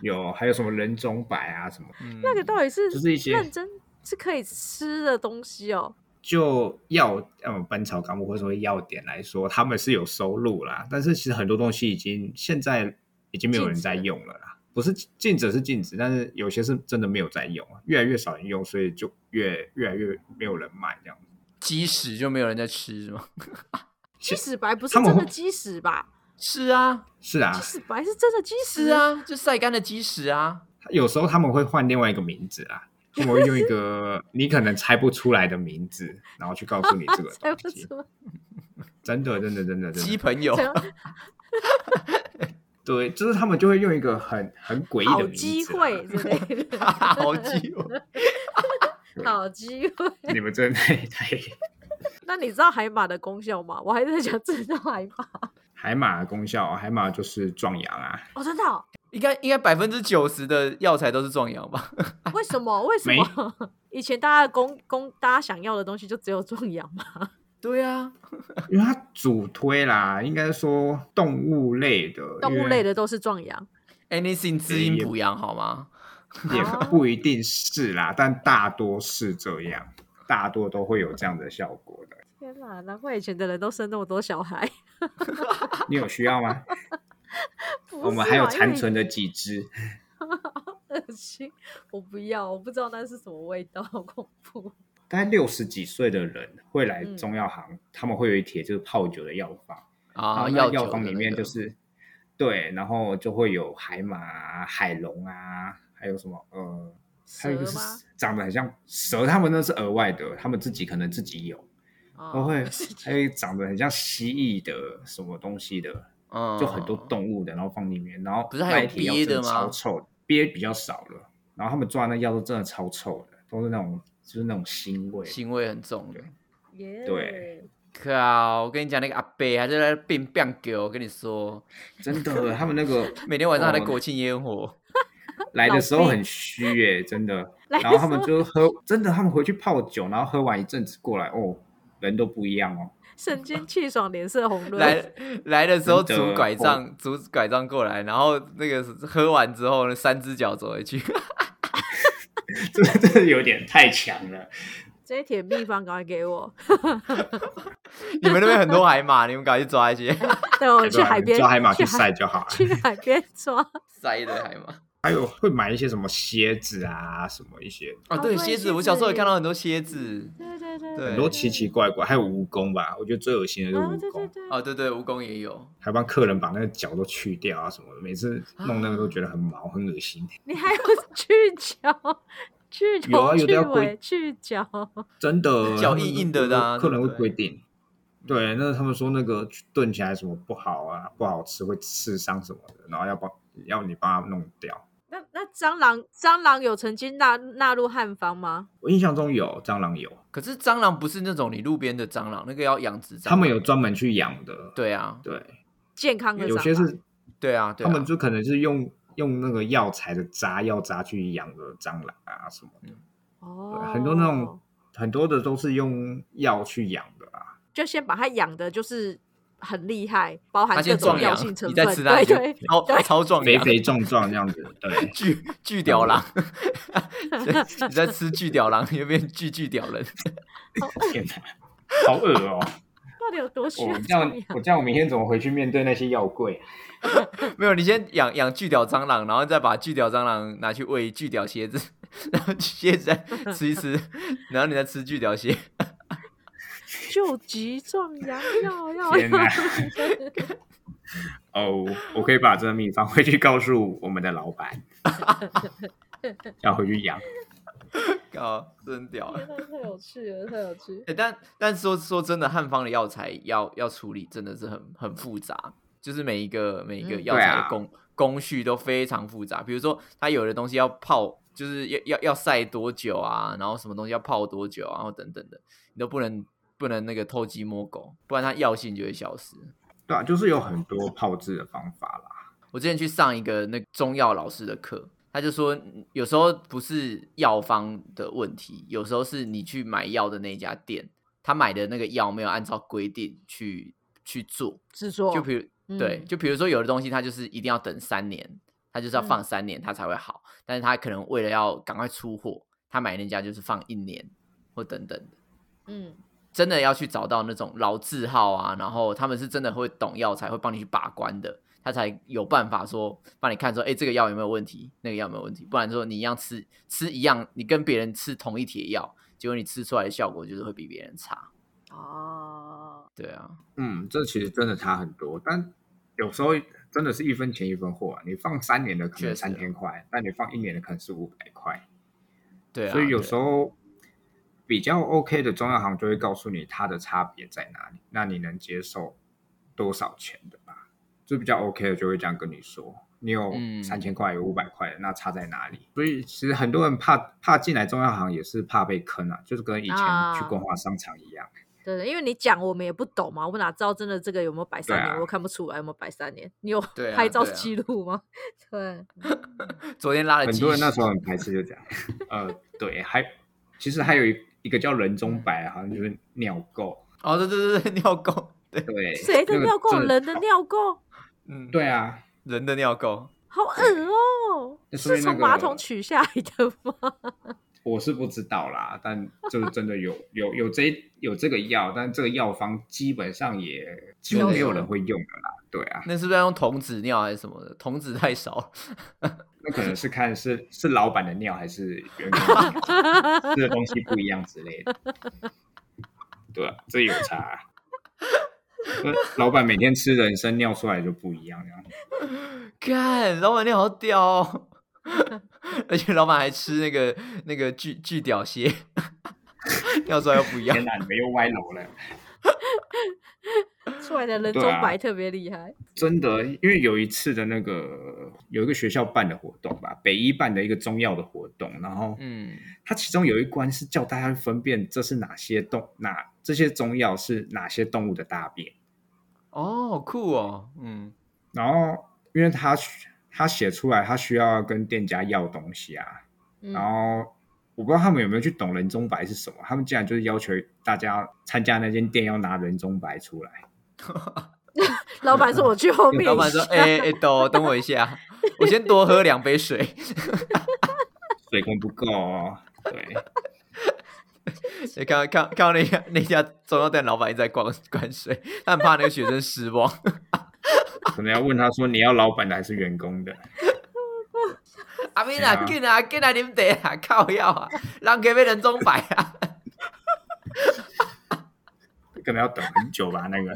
Speaker 3: 有还有什么人中白啊什么，
Speaker 2: 嗯，
Speaker 1: 那个到底是
Speaker 3: 就是一些
Speaker 1: 认真是可以吃的东西哦。
Speaker 3: 就药呃《本草纲目》或者说药典来说，他们是有收入啦，但是其实很多东西已经现在已经没有人在用了啦。不是禁止是禁止，但是有些是真的没有在用啊，越来越少人用，所以就越越来越没有人买这样子。
Speaker 2: 鸡屎就没有人在吃是吗？
Speaker 1: 鸡屎白不是
Speaker 3: 他们
Speaker 1: 真的
Speaker 3: 会
Speaker 1: 鸡屎吧？
Speaker 2: 是啊，
Speaker 3: 是啊
Speaker 1: 鸡，屎白是真的鸡屎
Speaker 2: 是！啊，就晒干的鸡屎啊，
Speaker 3: 有时候他们会换另外一个名字 啊，他们会用一个你可能猜不出来的名字，然后去告诉你这个
Speaker 1: 猜不
Speaker 3: 东西。
Speaker 1: 出来，
Speaker 3: 真的，真的，真的，真
Speaker 2: 鸡
Speaker 3: 的，
Speaker 2: 朋友
Speaker 1: 怎，样
Speaker 3: 对，就是他们就会用一个很很诡异
Speaker 1: 好
Speaker 3: 的名字、啊
Speaker 1: 机，会之类 的，
Speaker 2: 好鸡哦，
Speaker 3: 对
Speaker 1: 好机会。
Speaker 3: 你们真的太太
Speaker 1: 那你知道海马的功效吗？我还在想知道海马
Speaker 3: 海马的功效，哦海马就是壮阳啊，
Speaker 1: 哦，真的哦、
Speaker 2: 应该应该百分之九十的药材都是壮阳吧？
Speaker 3: 啊
Speaker 1: 为什么？为什么？ 以前大家的功功，大家想要的东西就只有壮阳嘛。
Speaker 2: 对啊，
Speaker 3: 因为它主推啦，应该说动物类的，
Speaker 1: 动物类
Speaker 3: 的
Speaker 1: 的都是壮阳，
Speaker 2: anything 滋阴补阳好吗？
Speaker 3: 也
Speaker 1: 啊
Speaker 3: 不一定是啦，但大多是这样，大多都会有这样的效果的。
Speaker 1: 天哪，难怪以前的人都生那么多小孩。
Speaker 3: 你有需 要吗？
Speaker 1: 不
Speaker 3: 我们
Speaker 1: 是
Speaker 3: 还有
Speaker 1: 啊啊因
Speaker 3: 残
Speaker 1: 为
Speaker 3: 存的几只，
Speaker 1: 恶心，我不要，我不知道那是什么味道， 好恐怖。
Speaker 3: 大概六十几岁的人会来
Speaker 1: 嗯
Speaker 3: 中药行，他们会有一帖就是泡酒的药方，然
Speaker 2: 啊，
Speaker 3: 后那
Speaker 2: 酒
Speaker 3: 药
Speaker 2: 的
Speaker 3: 方里
Speaker 2: 那
Speaker 3: 面
Speaker 2: 个
Speaker 3: 就是、对，然后就会有海马啊、海龙啊，还有什么呃。还
Speaker 1: 蛇
Speaker 3: 有一个是
Speaker 1: 吗？
Speaker 3: 长得很像蛇，他们那是额外的，他们自己可能自己有，都
Speaker 1: 哦
Speaker 3: 会
Speaker 1: 是
Speaker 3: 还有一个长得很像蜥蜴的什么东西的，
Speaker 2: 嗯
Speaker 3: 就很多动物的，然后放里面，然后
Speaker 2: 不是还有
Speaker 3: 那一
Speaker 2: 鳖
Speaker 3: 贴
Speaker 2: 的
Speaker 3: 药
Speaker 2: 吗
Speaker 3: 真超臭的，鳖比较少了，然后他们抓那药都真的超臭的，都是那种就是那种腥味，
Speaker 2: 腥味很重的
Speaker 3: 对。
Speaker 1: 耶
Speaker 3: 对，
Speaker 2: 靠！我跟你讲，那个阿伯还在那变变狗，我跟你说，
Speaker 3: 真的，他们 那个
Speaker 2: 每天晚上还在
Speaker 3: 哦
Speaker 2: 国庆烟火，
Speaker 3: 来的时候
Speaker 1: 老
Speaker 3: 很虚耶、真的，
Speaker 1: 来
Speaker 3: 然后他们就喝，真的，他们回去泡酒，然后喝完一阵子过来，哦，人都不一样哦，
Speaker 1: 瞬间气爽，脸色红润。
Speaker 2: 来来的时候
Speaker 3: 真的哦
Speaker 2: 拄拐杖，拄拐杖过来，然后那个喝完之后呢，三只脚走回去，
Speaker 3: 这这个有点太强了。
Speaker 1: 这一帖秘方赶快给我，
Speaker 2: 你们那边很多海马，你们赶快去抓一些
Speaker 1: 对我哦去
Speaker 3: 对啊
Speaker 1: 海边
Speaker 3: 抓海马
Speaker 1: 去
Speaker 3: 去晒就好了。
Speaker 1: 去海边抓。
Speaker 2: 塞一堆海马。
Speaker 3: 还有会买一些什么蝎子啊，什么一些
Speaker 2: 哦，对，
Speaker 1: 对
Speaker 2: 蝎
Speaker 1: 蝎
Speaker 2: 子，我小时候也
Speaker 1: 子
Speaker 2: 看到很多蝎子。
Speaker 1: 对对对
Speaker 2: 对
Speaker 3: 很多奇奇怪怪，还有蜈蚣吧，我觉得最恶心的就是
Speaker 1: 啊，
Speaker 3: 蜈
Speaker 1: 对对
Speaker 3: 蚣，
Speaker 1: 对，
Speaker 2: 哦，对对，蜈蚣也有。
Speaker 3: 还帮客人把那个脚都去掉啊什么的，每次弄那个都觉得很毛，很恶心，
Speaker 1: 你 还有去角、去
Speaker 3: 有
Speaker 1: 头、
Speaker 3: 啊有的
Speaker 1: 去
Speaker 3: 要规
Speaker 1: 尾、去角，
Speaker 3: 真的
Speaker 2: 脚硬硬的啦
Speaker 3: 客人会
Speaker 2: 对不对
Speaker 3: 规定。对，那他们说那个炖起来什么不好啊，不好吃会刺伤什么的，然后要帮要你帮他弄掉。
Speaker 1: 那那蟑螂，蟑螂有曾经纳纳入汉方吗？
Speaker 3: 我印象中有蟑螂有，
Speaker 2: 可是蟑螂不是那种你路边的蟑螂，那个要养殖蟑螂。
Speaker 3: 他们有专门去养的。
Speaker 2: 对啊，
Speaker 3: 对，
Speaker 1: 健康
Speaker 3: 因
Speaker 1: 的蟑
Speaker 3: 为有
Speaker 1: 螂，
Speaker 3: 些是
Speaker 2: 对啊，对啊。
Speaker 3: 他们就可能是用用那个药材的渣药渣去养的蟑螂啊什么的，
Speaker 1: 哦，
Speaker 3: 很多那种很多的都是用药去养的啊啦。
Speaker 1: 就先把它养的，就是很厉害，包含
Speaker 2: 它
Speaker 1: 各
Speaker 2: 先
Speaker 1: 种
Speaker 2: 壮
Speaker 1: 药
Speaker 2: 阳
Speaker 1: 性，成
Speaker 2: 你
Speaker 1: 分，
Speaker 2: 再吃它，
Speaker 1: 对
Speaker 2: 你就
Speaker 1: 对，
Speaker 2: 超 超壮
Speaker 3: 肥
Speaker 2: 阳，
Speaker 3: 肥嗯壮壮这样子，对
Speaker 2: 巨巨屌狼。你在吃巨屌狼，你就变巨巨屌人。
Speaker 3: 天哪，好恶哦！
Speaker 1: 到底有
Speaker 2: 哦
Speaker 1: 多需要
Speaker 3: 我这
Speaker 1: 壮
Speaker 3: 样
Speaker 1: 阳？
Speaker 3: 我这样，我明天怎么回去面对那些药柜啊？
Speaker 2: 没有，你先养养巨屌蟑螂，然后再把巨屌蟑螂拿去喂巨屌蝎子，然后 蝎子再吃一吃，然后你再吃巨屌蝎。
Speaker 1: 救急壮阳药 要
Speaker 3: 啊天
Speaker 1: 要
Speaker 3: 哪！哦，我可以把这个秘方回去告诉我们的老板， 要回去养。
Speaker 2: 靠，真屌啊！
Speaker 1: 太有趣了，太有趣。
Speaker 2: 欸、但但说说真的，汉方的药材要要处理真的是很很复杂，就是每一个每一个
Speaker 1: 嗯
Speaker 2: 药
Speaker 3: 对
Speaker 2: 材的
Speaker 3: 啊
Speaker 2: 工、工序都非常复杂。比如说，它有的东西要泡，就是要要要晒多久啊，然后什么东西要泡多久啊，然后等等的，你都不能不能那个偷鸡摸狗，不然它药性就会消失。
Speaker 3: 对啊，就是有很多泡制的方法啦。
Speaker 2: 我之前去上一个那个中药老师的课，他就说嗯有时候不是药方的问题，有时候是你去买药的那一家店，他买的那个药没有按照规定去去做。
Speaker 1: 制作
Speaker 2: 就比如、对，
Speaker 1: 嗯
Speaker 2: 就比如说有的东西它就是一定要等三年，它就是要放三年它才会好，但是它可能为了要赶快出货，他买人家就是放一年或等等的。
Speaker 1: 嗯
Speaker 2: 真的要去找到那种老字号啊，然后他们是真的会懂药材，会帮你去把关的，他才有办法说帮你看说，哎、这个药有没有问题，那个药有没有问题，不然说你一样吃吃一样，你跟别人吃同一帖药，结果你吃出来的效果就是会比别人差。
Speaker 1: 哦，
Speaker 2: 对啊，
Speaker 3: 嗯，这其实真的差很多，但有时候真的是一分钱一分货啊。你放三年的可
Speaker 2: 确实
Speaker 3: 能三千块，那你放一年的可能是五百块，
Speaker 2: 对啊，
Speaker 3: 所以有时
Speaker 2: 候
Speaker 3: 候比较 OK 的中药行就会告诉你它的差别在哪里，那你能接受多少钱的吧？就比较 OK 的就会这样跟你说，你有
Speaker 2: 嗯
Speaker 3: 三千块，有五百块，那差在哪里？所以其实很多人怕怕进来中药行也是怕被坑啊，就是跟以前
Speaker 1: 啊
Speaker 3: 去逛化商场一样。
Speaker 1: 对的，因为你讲我们也不懂嘛，我哪知道真的这个有没有摆三
Speaker 3: 对
Speaker 1: 年？
Speaker 3: 啊
Speaker 1: 我又看不出来有没有摆三年。你有
Speaker 2: 对啊
Speaker 1: 拍照
Speaker 2: 对啊
Speaker 1: 记录吗？ 对，
Speaker 2: 昨天拉了
Speaker 3: 很
Speaker 2: 鸡
Speaker 3: 多人那
Speaker 2: 屎
Speaker 3: 时候很排斥，就这样。呃，对，还其实还有一一个叫人中白，好像就是尿垢。
Speaker 2: 哦，对对对对，尿垢，对，
Speaker 3: 对，
Speaker 1: 谁的
Speaker 3: 那个
Speaker 1: 尿垢？
Speaker 3: 真
Speaker 1: 人的尿垢，
Speaker 2: 嗯，
Speaker 3: 对啊，
Speaker 2: 人的尿垢，
Speaker 1: 好 恶哦、
Speaker 3: 那
Speaker 1: 是
Speaker 3: 说明
Speaker 1: 从
Speaker 3: 那
Speaker 1: 马
Speaker 3: 个
Speaker 1: 桶取下来的吗？
Speaker 3: 我是不知道啦，但就是真的有有有这有这个药，但这个药方基本上也几乎没有人会用的啦。对啊，
Speaker 2: 那是不是要用童子尿还是什么的？童子太少了，
Speaker 3: 那可能是看是是老板的尿还是员工的尿，这个东西不一样之类的。对啊，这有差啊、那老板每天吃人参尿出来就不一样，这样
Speaker 2: 看老板娘好屌、 哦，而且老板还吃那个那个巨巨屌蟹， 尿出来又不一样
Speaker 3: 天。哪，你们又歪楼了！
Speaker 1: 出来的人中
Speaker 3: 对啊
Speaker 1: 白特别厉害。
Speaker 3: 真的，因为有一次的那个有一个学校办的活动吧，北医办的一个中药的活动，然后
Speaker 2: 嗯，
Speaker 3: 它其中有一关是叫大家分辨这是哪些动哪这些中药是哪些动物的大便，
Speaker 2: 哦，酷哦，嗯，
Speaker 3: 然后因为他他写出来，他需要跟店家要东西啊，
Speaker 1: 嗯
Speaker 3: 然后我不知道他们有没有去懂人中白是什么，他们竟然就是要求大家参加那间店要拿人中白出来。
Speaker 1: 老板说：“我去 后面一下。
Speaker 2: 老板说，哎、哎，等、等我一下，我先多喝两杯水，
Speaker 3: 水可能不够哦，对，
Speaker 2: 你看看看到那家那家中药店老板一直在灌灌水，他很怕那个学生失望。
Speaker 3: 可能要问他说你要老板的还是员工的？
Speaker 2: 阿妹
Speaker 3: 对
Speaker 2: 啦，
Speaker 3: 啊
Speaker 2: 进来进来啉茶啊，靠药啊，人给被人中摆啊，
Speaker 3: 可能要等很久吧，那个。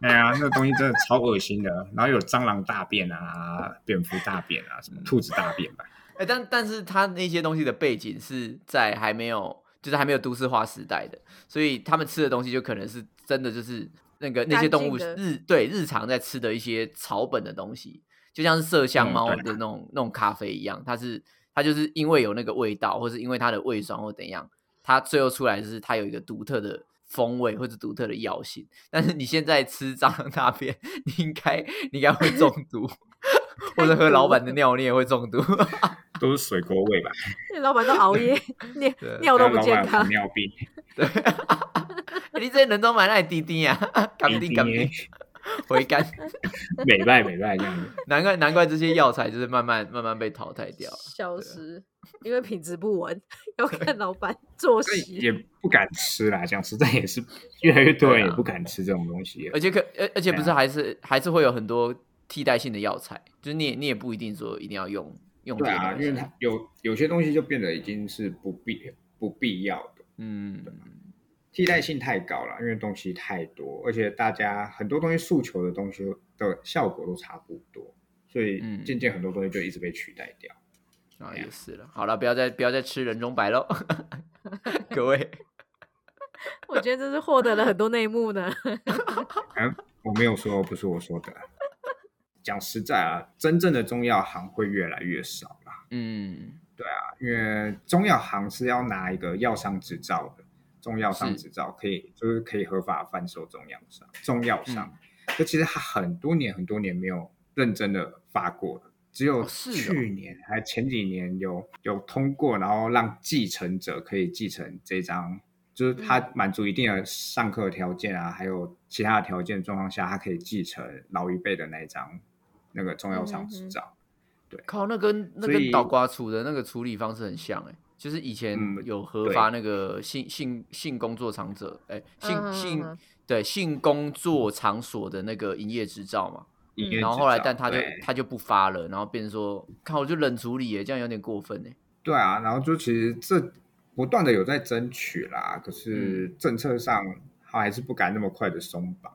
Speaker 3: 哎呀，那个东西真的超恶心的，然后有蟑螂大便啊、蝙蝠大便啊、什么兔子大便吧。
Speaker 2: 哎、但但是他那些东西的背景是在还没有，就是还没有都市化时代的，所以他们吃的东西就可能是真的就是那个那些动物
Speaker 1: 干净的
Speaker 2: 日对日常在吃的一些草本的东西，就像是麝香
Speaker 3: 嗯
Speaker 2: 猫
Speaker 3: 对
Speaker 2: 的那种、那种咖啡一样，它是它就是因为有那个味道，或是因为它的味爽或怎样，它最后出来就是它有一个独特的风味或者独特的药性。但是你现在吃蟑螂大便， 你应该你应该会中毒，或者喝老板的尿你也会中毒。
Speaker 3: 都是水沟味吧，
Speaker 1: 老板都熬 夜，尿
Speaker 2: 对
Speaker 1: 尿都不
Speaker 3: 老
Speaker 1: 健
Speaker 3: 板有
Speaker 1: 康
Speaker 3: 糖。尿病，
Speaker 2: 欸、你这人中买那滴滴啊， 干定干定回甘，
Speaker 3: 美败美败 这样子。
Speaker 2: 难怪难怪这些药材就是慢慢慢慢被淘汰掉了。
Speaker 1: 消失， 因为品质不稳， 要看老板作
Speaker 3: 啊所以
Speaker 1: 息。
Speaker 3: 也不敢吃啦，讲实在也是越来越多
Speaker 2: 对
Speaker 3: 人
Speaker 2: 啊
Speaker 3: 也不敢吃这种东西了
Speaker 2: 而。且可而而且不
Speaker 3: 对啊
Speaker 2: 是还是、还是会有很多替代性的药材，就是你也你也不一定说一定要用用这
Speaker 3: 对
Speaker 2: 个
Speaker 3: 啊，
Speaker 2: 东
Speaker 3: 因为
Speaker 2: 西
Speaker 3: 它。有有些东西就变得已经是不必不必要的，
Speaker 2: 嗯，
Speaker 3: 啊替代性太高了，因为东西太多，而且大家很多东西诉求的东西的效果都差不多，所以
Speaker 2: 嗯
Speaker 3: 渐渐很多东西就一直被取代掉。
Speaker 2: 啊也是了。好了，不要再不要再吃人中白喽， 各位。
Speaker 1: 我觉得这是获得了很多内幕呢。
Speaker 3: 嗯，我没有说，不是我说的。啊讲实在啊，真正的中药行会越来越少啦。
Speaker 2: 嗯，
Speaker 3: 因为中药行是要拿一个药商执照的，中药商执照可以就是可以合法贩售中药商，中药商，
Speaker 2: 嗯
Speaker 3: 这、其实它很多年很多年没有认真的发过了，只有
Speaker 2: 哦是哦
Speaker 3: 去年、还前几年有有通过，然后让继承者可以继承这张。就是
Speaker 2: 嗯
Speaker 3: 他满足一定的上课条件啊，还有其他的条件状况下，他可以继承老一辈的那一张那个中药厂
Speaker 2: 嗯
Speaker 3: 执照。
Speaker 2: 靠，那跟那
Speaker 3: 所
Speaker 2: 跟
Speaker 3: 以
Speaker 2: 倒瓜处的那个处理方式很像哎、就是以前
Speaker 3: 嗯
Speaker 2: 有核
Speaker 3: 对
Speaker 2: 发那个性性性工作场者哎、性
Speaker 1: 嗯嗯嗯
Speaker 2: 性
Speaker 1: 嗯
Speaker 2: 对性工作场所的那个营业执照嘛，
Speaker 3: 营业
Speaker 1: 嗯
Speaker 2: 然后
Speaker 3: 执
Speaker 2: 后来
Speaker 3: 照
Speaker 2: 但他就
Speaker 3: 对
Speaker 2: 他就不发了，然后变成说，看我就冷处理欸耶，这样有点过分哎。
Speaker 3: 对啊，然后就其实这不断的有在争取啦，可是政策上他还是不敢那么快的松绑。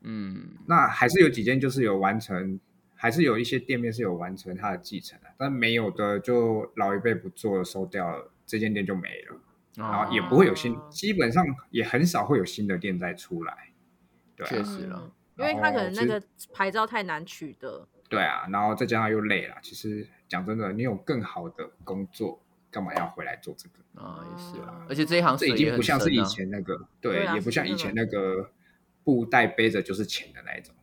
Speaker 2: 嗯，
Speaker 3: 那还是有几间就是有完成，还是有一些店面是有完成它的继承的，但没有的就老一辈不做了收掉了，这间店就没了，然后也
Speaker 2: 啊
Speaker 3: 不会有新，
Speaker 1: 哦
Speaker 3: 基本上也很少会有新的店再出来。对
Speaker 2: 确
Speaker 3: 啊，
Speaker 2: 实了
Speaker 1: 嗯，因为他可能
Speaker 3: 然
Speaker 1: 那
Speaker 3: 后其
Speaker 1: 个牌照太难取得，
Speaker 3: 对啊，然后再加上又累了，其实讲真的，你有更好的工作，干嘛要回来做这个？
Speaker 2: 啊，也是啊
Speaker 1: 哦，
Speaker 2: 而且这一行
Speaker 3: 这
Speaker 2: 水也
Speaker 3: 已经
Speaker 2: 很
Speaker 3: 不像是
Speaker 2: 深
Speaker 3: 以
Speaker 2: 啊
Speaker 3: 前那个，
Speaker 1: 对
Speaker 3: 对，
Speaker 1: 啊
Speaker 3: 也不像
Speaker 1: 是那
Speaker 3: 以前那个布袋背着就是钱的那一种。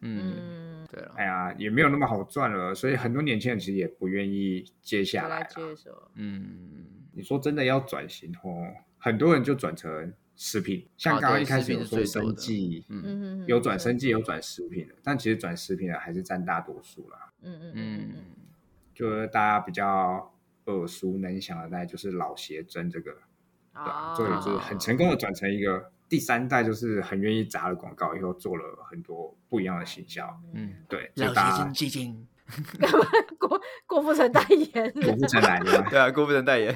Speaker 2: 嗯，
Speaker 1: 嗯，
Speaker 2: 对了，
Speaker 3: 哎呀，也没有那么好赚了，所以很多年轻人其实也不愿意接下
Speaker 1: 回
Speaker 3: 来
Speaker 1: 来
Speaker 3: 啦
Speaker 1: 啊接手，
Speaker 2: 嗯，
Speaker 3: 你说真的要转型哦，很多人就转成食品，像
Speaker 2: 啊
Speaker 3: 刚刚
Speaker 2: 对
Speaker 3: 一开
Speaker 2: 食
Speaker 3: 始
Speaker 2: 品
Speaker 3: 有
Speaker 2: 是
Speaker 3: 说
Speaker 2: 最多
Speaker 3: 生
Speaker 2: 的
Speaker 3: 计，
Speaker 2: 嗯
Speaker 1: 嗯哼
Speaker 3: 有转，生
Speaker 1: 对
Speaker 3: 计，有转食品的，但其实转食品的还是占大多数啦。
Speaker 1: 嗯嗯嗯
Speaker 2: 嗯
Speaker 1: 嗯，
Speaker 3: 就是大家比较耳熟能详的，大概就是老邪真这个，
Speaker 1: 嗯，
Speaker 3: 对吧、
Speaker 1: 啊，
Speaker 3: 这
Speaker 2: 哦
Speaker 3: 个也是很成功的转成一个第三代，就是很愿意砸了广告以后，做了很多不一样的行销。嗯
Speaker 2: 嗯，
Speaker 3: 对，就
Speaker 2: 老
Speaker 3: 大
Speaker 2: 学
Speaker 3: 家
Speaker 2: 生基金，
Speaker 1: 郭郭富城代言，
Speaker 3: 果不成来 的。
Speaker 2: 对啊，郭富城代言，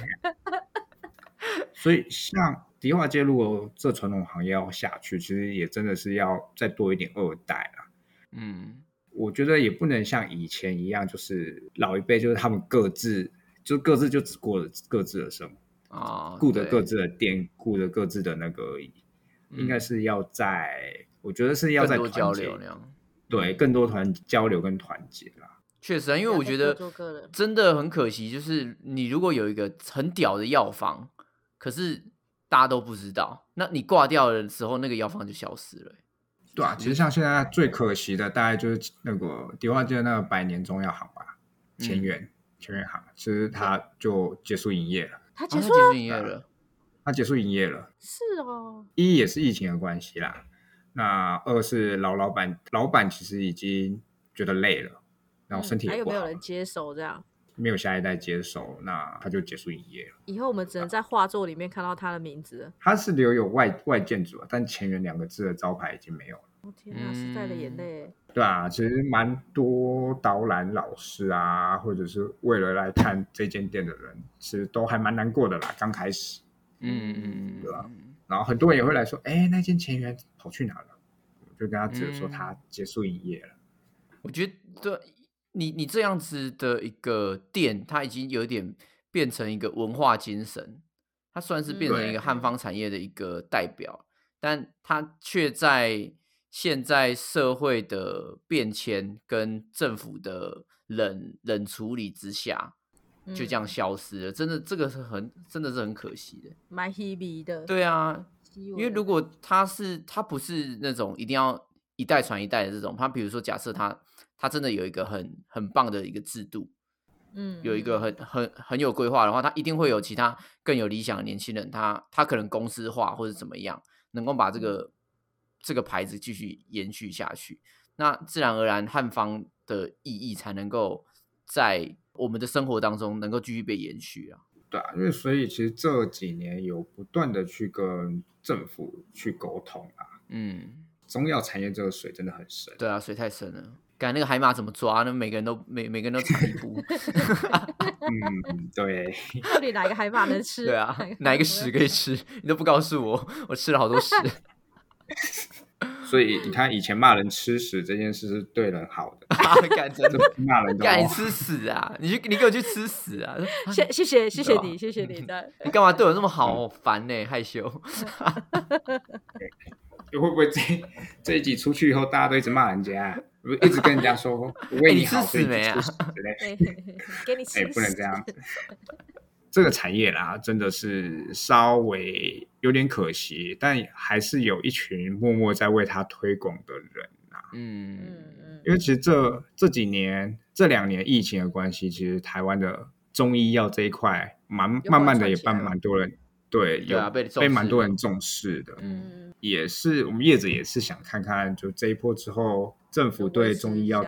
Speaker 3: 所以像迪化街，如果这传统行业要下去，其实也真的是要再多一点二代啦。
Speaker 2: 嗯，
Speaker 3: 我觉得也不能像以前一样，就是老一辈就是他们各自就各自就只过了各自的生活，
Speaker 2: 啊，
Speaker 3: 顾着
Speaker 2: 对嗯
Speaker 3: 各自的店，顾着各自的那个而已，应该是要在，我觉得是要
Speaker 2: 更
Speaker 3: 在
Speaker 2: 多
Speaker 3: 团
Speaker 2: 交
Speaker 3: 结
Speaker 2: 流那样。
Speaker 3: 对，更多团交流跟团结啦。
Speaker 2: 确实啊，因为
Speaker 1: 要
Speaker 2: 我
Speaker 1: 再
Speaker 2: 觉
Speaker 1: 各
Speaker 2: 得
Speaker 1: 做各的
Speaker 2: 真的很可惜，就是你如果有一个很屌的药房，可是大家都不知道，那你挂掉的时候，那个药房就消失了欸、
Speaker 3: 对啊，其实像现在最可惜的，大概就是那个迪化街的那个百年中药行吧，前
Speaker 2: 嗯
Speaker 3: 园前园行，其实它就结束营业了。
Speaker 1: 他结
Speaker 2: 哦，它
Speaker 1: 束
Speaker 2: 结束营业
Speaker 3: 啊
Speaker 2: 了，
Speaker 3: 它结束营业了。
Speaker 1: 是哦，
Speaker 3: 一也是疫情的关系啦，那二是老老板，老板其实已经觉得累了，然后身体
Speaker 1: 嗯还
Speaker 3: 也
Speaker 1: 有
Speaker 3: 不
Speaker 1: 没
Speaker 3: 好，
Speaker 1: 有人接手这样？
Speaker 3: 没有下一代接手，那他就结束营业了。
Speaker 1: 以后我们只能在画作里面看到他的名字了。
Speaker 3: 他是留有外外建筑啊，但前缘两个字的招牌已经没有了。
Speaker 1: 我天啊哪，时代的眼
Speaker 2: 嗯
Speaker 1: 泪，
Speaker 3: 对啊，其实蛮多导览老师啊，或者是为了来看这间店的人，其实都还蛮难过的啦。刚开始，
Speaker 2: 嗯嗯嗯嗯
Speaker 3: 对啊
Speaker 2: 嗯，
Speaker 3: 然后很多人也会来说，哎，那间前缘跑去哪了？我就跟他只能说
Speaker 2: 嗯
Speaker 3: 他结束营业了。
Speaker 2: 我觉得对你你这样子的一个店，它已经有点变成一个文化精神，它算是变成一
Speaker 3: 对
Speaker 2: 个汉方产业的一个代表，但它却在现在社会的变迁跟政府的冷冷处理之下，
Speaker 1: 嗯
Speaker 2: 就这样消失了。真的，这个是很真的是很可惜的。
Speaker 1: 蛮 hebe 的。
Speaker 2: 对啊，
Speaker 1: 稀有的，
Speaker 2: 因为如果他是他不是那种一定要一代传一代的这种，他比如说假设他他真的有一个很很棒的一个制度，
Speaker 1: 嗯
Speaker 2: 有一个很很很有规划的话，他一定会有其他更有理想的年轻人，他他可能公司化或者怎么样，能够把这个这个牌子继续延续下去，那自然而然汉方的意义才能够在我们的生活当中能够继续被延续啊。
Speaker 3: 对啊，因为所以其实这几年有不断的去跟政府去沟通啊，
Speaker 2: 嗯，
Speaker 3: 中药产业这个水真的 很深。
Speaker 2: 对啊，水太深了。干那个海马怎么抓呢？每个人都每每个人都尝一 步，
Speaker 3: 嗯，对，
Speaker 1: 到底哪一个海马能 吃？
Speaker 2: 对啊，哪一个屎可
Speaker 1: 以？
Speaker 2: 以吃？你都不告诉我，我吃了好 多屎。
Speaker 3: 所以你看以前骂人吃屎这件事是对人好的，
Speaker 2: 啊，干 真
Speaker 3: 这
Speaker 2: 的
Speaker 3: 不，是骂人的
Speaker 2: 干你
Speaker 3: 哦。
Speaker 2: 吃屎啊！你去，你给我去吃屎 啊！啊
Speaker 1: 谢谢谢谢
Speaker 2: 对
Speaker 1: 谢
Speaker 2: 吧
Speaker 1: 你，
Speaker 3: 啊
Speaker 1: 谢谢你的。
Speaker 2: 你干嘛对我这么好？我烦呢，害羞。
Speaker 3: 会不会这这一集出去以后，大家都一直骂人家，啊不一直跟人家说我为
Speaker 2: 哎你
Speaker 3: 你好，
Speaker 2: 吃
Speaker 3: 所
Speaker 2: 屎
Speaker 3: 以你
Speaker 2: 没啊
Speaker 3: 吃屎之类的。
Speaker 1: 对给你吃
Speaker 3: 哎、
Speaker 1: 屎，
Speaker 3: 不能这样。这个产业啦，真的是稍微有点可惜，但还是有一群默默在为它推广的人啊。
Speaker 2: 嗯，
Speaker 1: 嗯
Speaker 3: 因为其实这这几年、这两年疫情的关系，其实台湾的中医药这一块，蛮
Speaker 1: 又
Speaker 3: 慢慢的
Speaker 1: 串
Speaker 3: 也
Speaker 1: 起来
Speaker 3: 办
Speaker 1: 了
Speaker 3: 蛮多人，对，
Speaker 2: 对
Speaker 3: 有
Speaker 2: 啊被重
Speaker 3: 被蛮
Speaker 2: 视
Speaker 3: 多
Speaker 2: 的
Speaker 3: 人重视的，
Speaker 2: 嗯，
Speaker 1: 嗯，
Speaker 3: 也是我们业者也是想看看，就这一波之
Speaker 1: 嗯
Speaker 3: 后，政府对中医药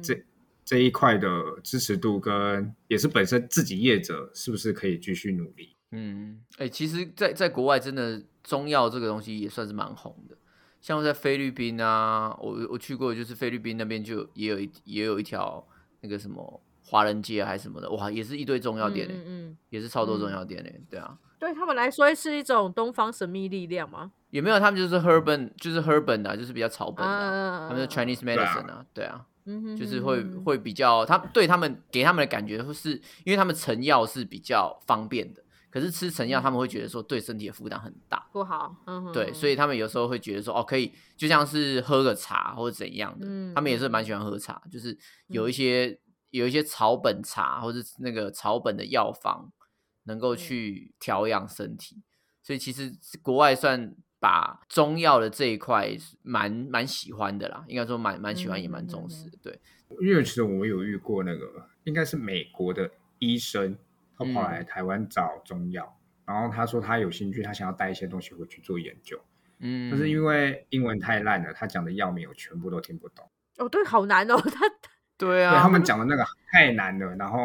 Speaker 3: 这
Speaker 1: 这
Speaker 3: 这一块的支持度跟也是本身自己业者是不是可以继续努力？
Speaker 2: 嗯，哎、其实在，在国外真的中药这个东西也算是蛮红的，像在菲律宾啊，我我去过，就是菲律宾那边就也有一也有一条那个什么华人街还是什么的，哇，也是一堆中药店、欸
Speaker 1: 嗯嗯，
Speaker 2: 也是超多
Speaker 1: 嗯
Speaker 2: 中药店嘞、对啊，
Speaker 1: 对他们来说是一种东方神秘力量嘛，
Speaker 2: 也没有他们就是 herban 就是 herban 啊，就是比较草本的啊、
Speaker 1: 啊，
Speaker 2: 他们就 Chinese
Speaker 3: 啊
Speaker 2: medicine 啊，对啊，
Speaker 1: 嗯
Speaker 2: 就是会会比较，他对他们给他们的感觉会是，因为他们成药是比较方便的，可是吃成药
Speaker 1: 嗯
Speaker 2: 他们会觉得说对身体的负担很大，
Speaker 1: 不好，嗯，
Speaker 2: 对，所以他们有时候会觉得说哦，可以就像是喝个茶或者怎样的，
Speaker 1: 嗯
Speaker 2: 他们也是蛮喜欢喝茶，就是有一些、有一些草本茶或者那个草本的药方能够
Speaker 1: 嗯
Speaker 2: 去调养身体，所以其实国外算。把中药的这一块是蛮蛮喜欢的啦，应该说蛮蛮喜欢也蛮重视的，对，
Speaker 3: 因为其实我有遇过那个应该是美国的医生，他跑来台湾找中药，然后他说他有兴趣，他想要带一些东西回去做研究，
Speaker 2: 嗯，
Speaker 3: 但是因为英文太烂了，他讲的药名我全部都听不懂。
Speaker 1: 哦对，好难哦， 他
Speaker 2: 对啊，
Speaker 3: 对他们讲的那个太难了，然后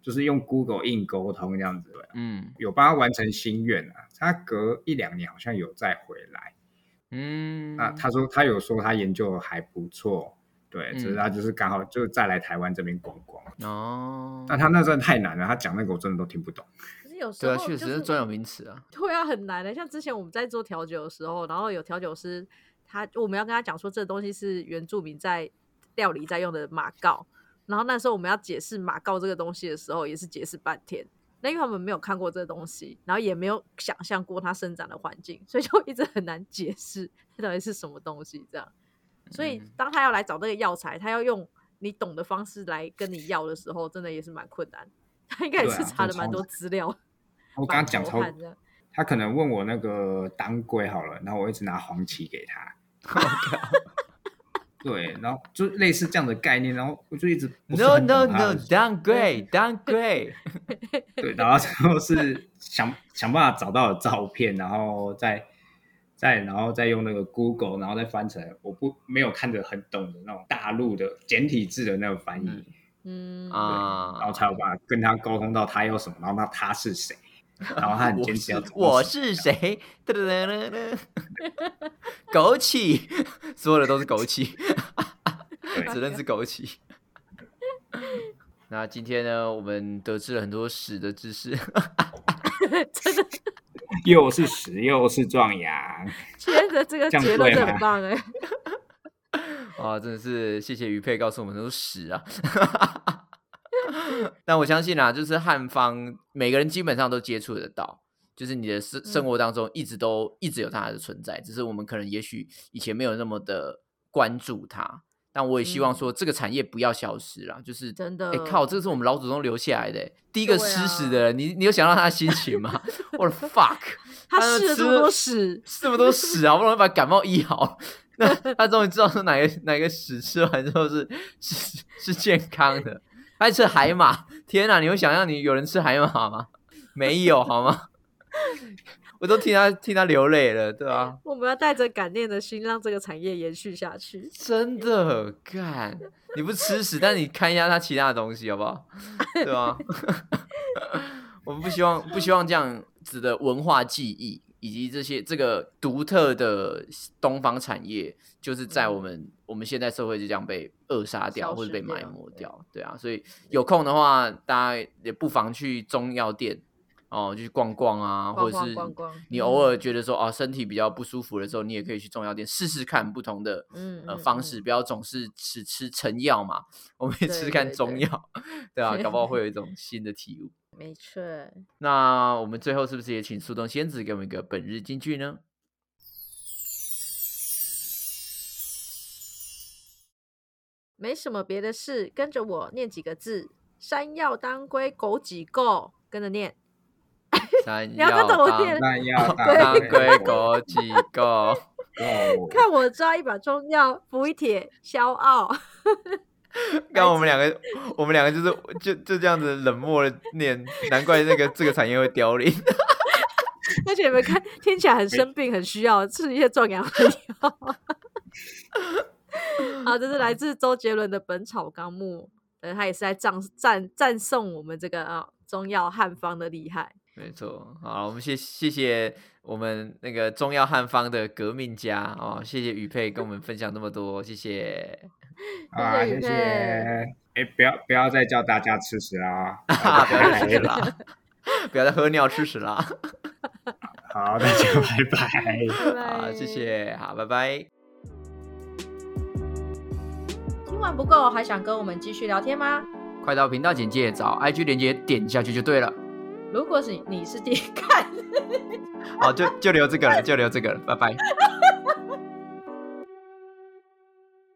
Speaker 3: 就是用 Google 硬沟通这样子，
Speaker 2: 嗯
Speaker 3: 有帮他完成心愿啊。他隔一两年好像有再回来，
Speaker 2: 嗯，
Speaker 3: 那啊他说他有说他研究还不错，对，
Speaker 2: 嗯
Speaker 3: 只是他就是刚好就再来台湾这边逛逛。
Speaker 2: 哦，
Speaker 3: 啊但他那真的太难了，他讲那个我真的都听不懂。
Speaker 1: 可是有时
Speaker 2: 对
Speaker 1: 候
Speaker 2: 啊，确实
Speaker 1: 就是
Speaker 2: 是专有名词啊，
Speaker 1: 对啊，很难的。像之前我们在做调酒的时候，然后有调酒师，他我们要跟他讲说，这东西是原住民在料理在用的马告。然后那时候我们要解释马告这个东西的时候，也是解释半天。那因为他们没有看过这东西，然后也没有想象过它生长的环境，所以就一直很难解释它到底是什么东西这样。所以
Speaker 2: 嗯
Speaker 1: 当他要来找这个药材，他要用你懂的方式来跟你要的时候，真的也是蛮困难。他应该也
Speaker 3: 对啊
Speaker 1: 是查
Speaker 3: 这
Speaker 1: 了蛮
Speaker 3: 超
Speaker 1: 多
Speaker 3: 难
Speaker 1: 资料，
Speaker 3: 我刚刚讲超
Speaker 1: 蛮，头汗的
Speaker 3: 他可能问我那个当归好了，然后我一直拿黄芪给 他。对，然后就类似这样的概念，然后我就一直不是
Speaker 2: No
Speaker 3: 很懂
Speaker 2: no
Speaker 3: 他
Speaker 2: no, downgrade, downgrade。
Speaker 3: 对，然后最后是想 想办法找到的照片，然后再再然后再用那个 Google，然后再翻成我不没有看着很懂的那种大陆的简体字的那个翻译，
Speaker 2: 嗯
Speaker 1: 嗯
Speaker 2: 啊
Speaker 3: 然后才有办法跟他沟通到他要什么，然后他他 是谁，然后他很
Speaker 2: 我
Speaker 3: 坚持要
Speaker 2: 是
Speaker 3: 找到
Speaker 2: 我
Speaker 3: 什么
Speaker 2: 是谁？哒哒哒哒哒枸杞， 所有的都是枸杞，只认识枸杞。 那今天呢，我们得知了很多屎的知识，
Speaker 1: 真 的
Speaker 3: 又是屎又是 壮阳，
Speaker 1: 觉得 这个
Speaker 3: 这样
Speaker 1: 结论
Speaker 3: 对
Speaker 1: 真的很
Speaker 3: 吗
Speaker 1: 棒 哎、
Speaker 2: 啊，真的是谢谢于佩告诉我们都是屎啊！ 但我相信啊，就是汉方每个人基本上都接触得到，就是你的生生
Speaker 1: 嗯
Speaker 2: 活当中一直都、一直有它的存在，只是我们可能也许以前没有那么的关注它。但我也希望
Speaker 1: 嗯
Speaker 2: 说这个产业不要消失啦，就是
Speaker 1: 真的
Speaker 2: 哎、靠，这是我们老祖宗留下来的、欸第一个
Speaker 1: 对
Speaker 2: 吃
Speaker 1: 啊
Speaker 2: 屎的人，你你有想到他的心 情吗？我的 fuck！
Speaker 1: 他
Speaker 2: 他
Speaker 1: 试了这
Speaker 2: 吃
Speaker 1: 么多 屎，
Speaker 2: 这么多屎，啊好不容易把感冒医好， 那他终于知道说哪个哪个屎吃完之后是是是健康的。他还吃海马，天哪！你会想象你有人吃海马吗？没有好吗？ 我都替他替他流泪了，对吧、啊？
Speaker 1: 我们要带着感念的心，让这个产业延续下去。
Speaker 2: 真的干，你不吃屎，但你看一下他其他的东西好不好？对吧、 我们不希望不希望这样子的文化记忆，以及这些这个独特的东方产业，就是在我们、我们现在社会就这样被扼杀掉，
Speaker 1: 嗯消
Speaker 2: 或者
Speaker 1: 失
Speaker 2: 被埋
Speaker 1: 掉
Speaker 2: 没
Speaker 1: 对
Speaker 2: 掉，对啊。所以有空的话，大家也不妨去中药店哦，就去逛逛啊，
Speaker 1: 逛
Speaker 2: 或者
Speaker 1: 逛
Speaker 2: 是
Speaker 1: 逛逛嗯
Speaker 2: 你偶尔觉得说哦身体比较不舒服的时候，你也可以去中药店试试看不同的
Speaker 1: 嗯
Speaker 2: 呃
Speaker 1: 嗯
Speaker 2: 方
Speaker 1: 嗯
Speaker 2: 式，不要总是只吃成药嘛，我们也
Speaker 1: 对
Speaker 2: 吃吃看
Speaker 1: 对
Speaker 2: 中
Speaker 1: 对
Speaker 2: 药，对啊，搞不好 会有一种新的体悟。
Speaker 1: 没错，
Speaker 2: 那我们最后是不是也请苏东仙子给我们一个本日金句呢？
Speaker 1: 没什么别的事，跟着我念几个字：山药当归枸杞够，跟着念。
Speaker 2: 山
Speaker 1: 你要跟着我念
Speaker 3: 那要
Speaker 2: 当
Speaker 3: 大
Speaker 2: 归枸杞 够，
Speaker 3: 哦
Speaker 1: 看我抓一把中药，补一帖，消傲。
Speaker 2: 刚我们两个，我们两个就是就就这样子冷漠的念，难怪那个这个产业会凋零。
Speaker 1: 而且你们看，听起来很生病，很需要吃一些壮阳药。好，这是来自周杰伦的《本草纲目》，呃，他也是在赞赞赞颂我们这个啊中药汉方的厉害。
Speaker 2: 没错，好，我们谢谢谢我们那个中药汉方的革命家哦，谢谢雨佩跟我们分享那么多，谢谢。
Speaker 3: 好啊，
Speaker 1: 谢
Speaker 3: 谢谢。
Speaker 1: 佩
Speaker 3: 哎，不要不要再叫大家吃屎 啦！
Speaker 2: 啊，不要再吃屎啦， 不要再喝尿吃屎 啦。
Speaker 3: 好，大家拜拜。
Speaker 2: 好，谢。谢，好，拜拜。
Speaker 1: 听完不够，还想跟我们继续聊天吗？
Speaker 2: 快到频道简介找 IG 连接点下去就对了。
Speaker 1: 如果是你是第一看，
Speaker 2: 好，就就留这个了，就留这个了，拜拜。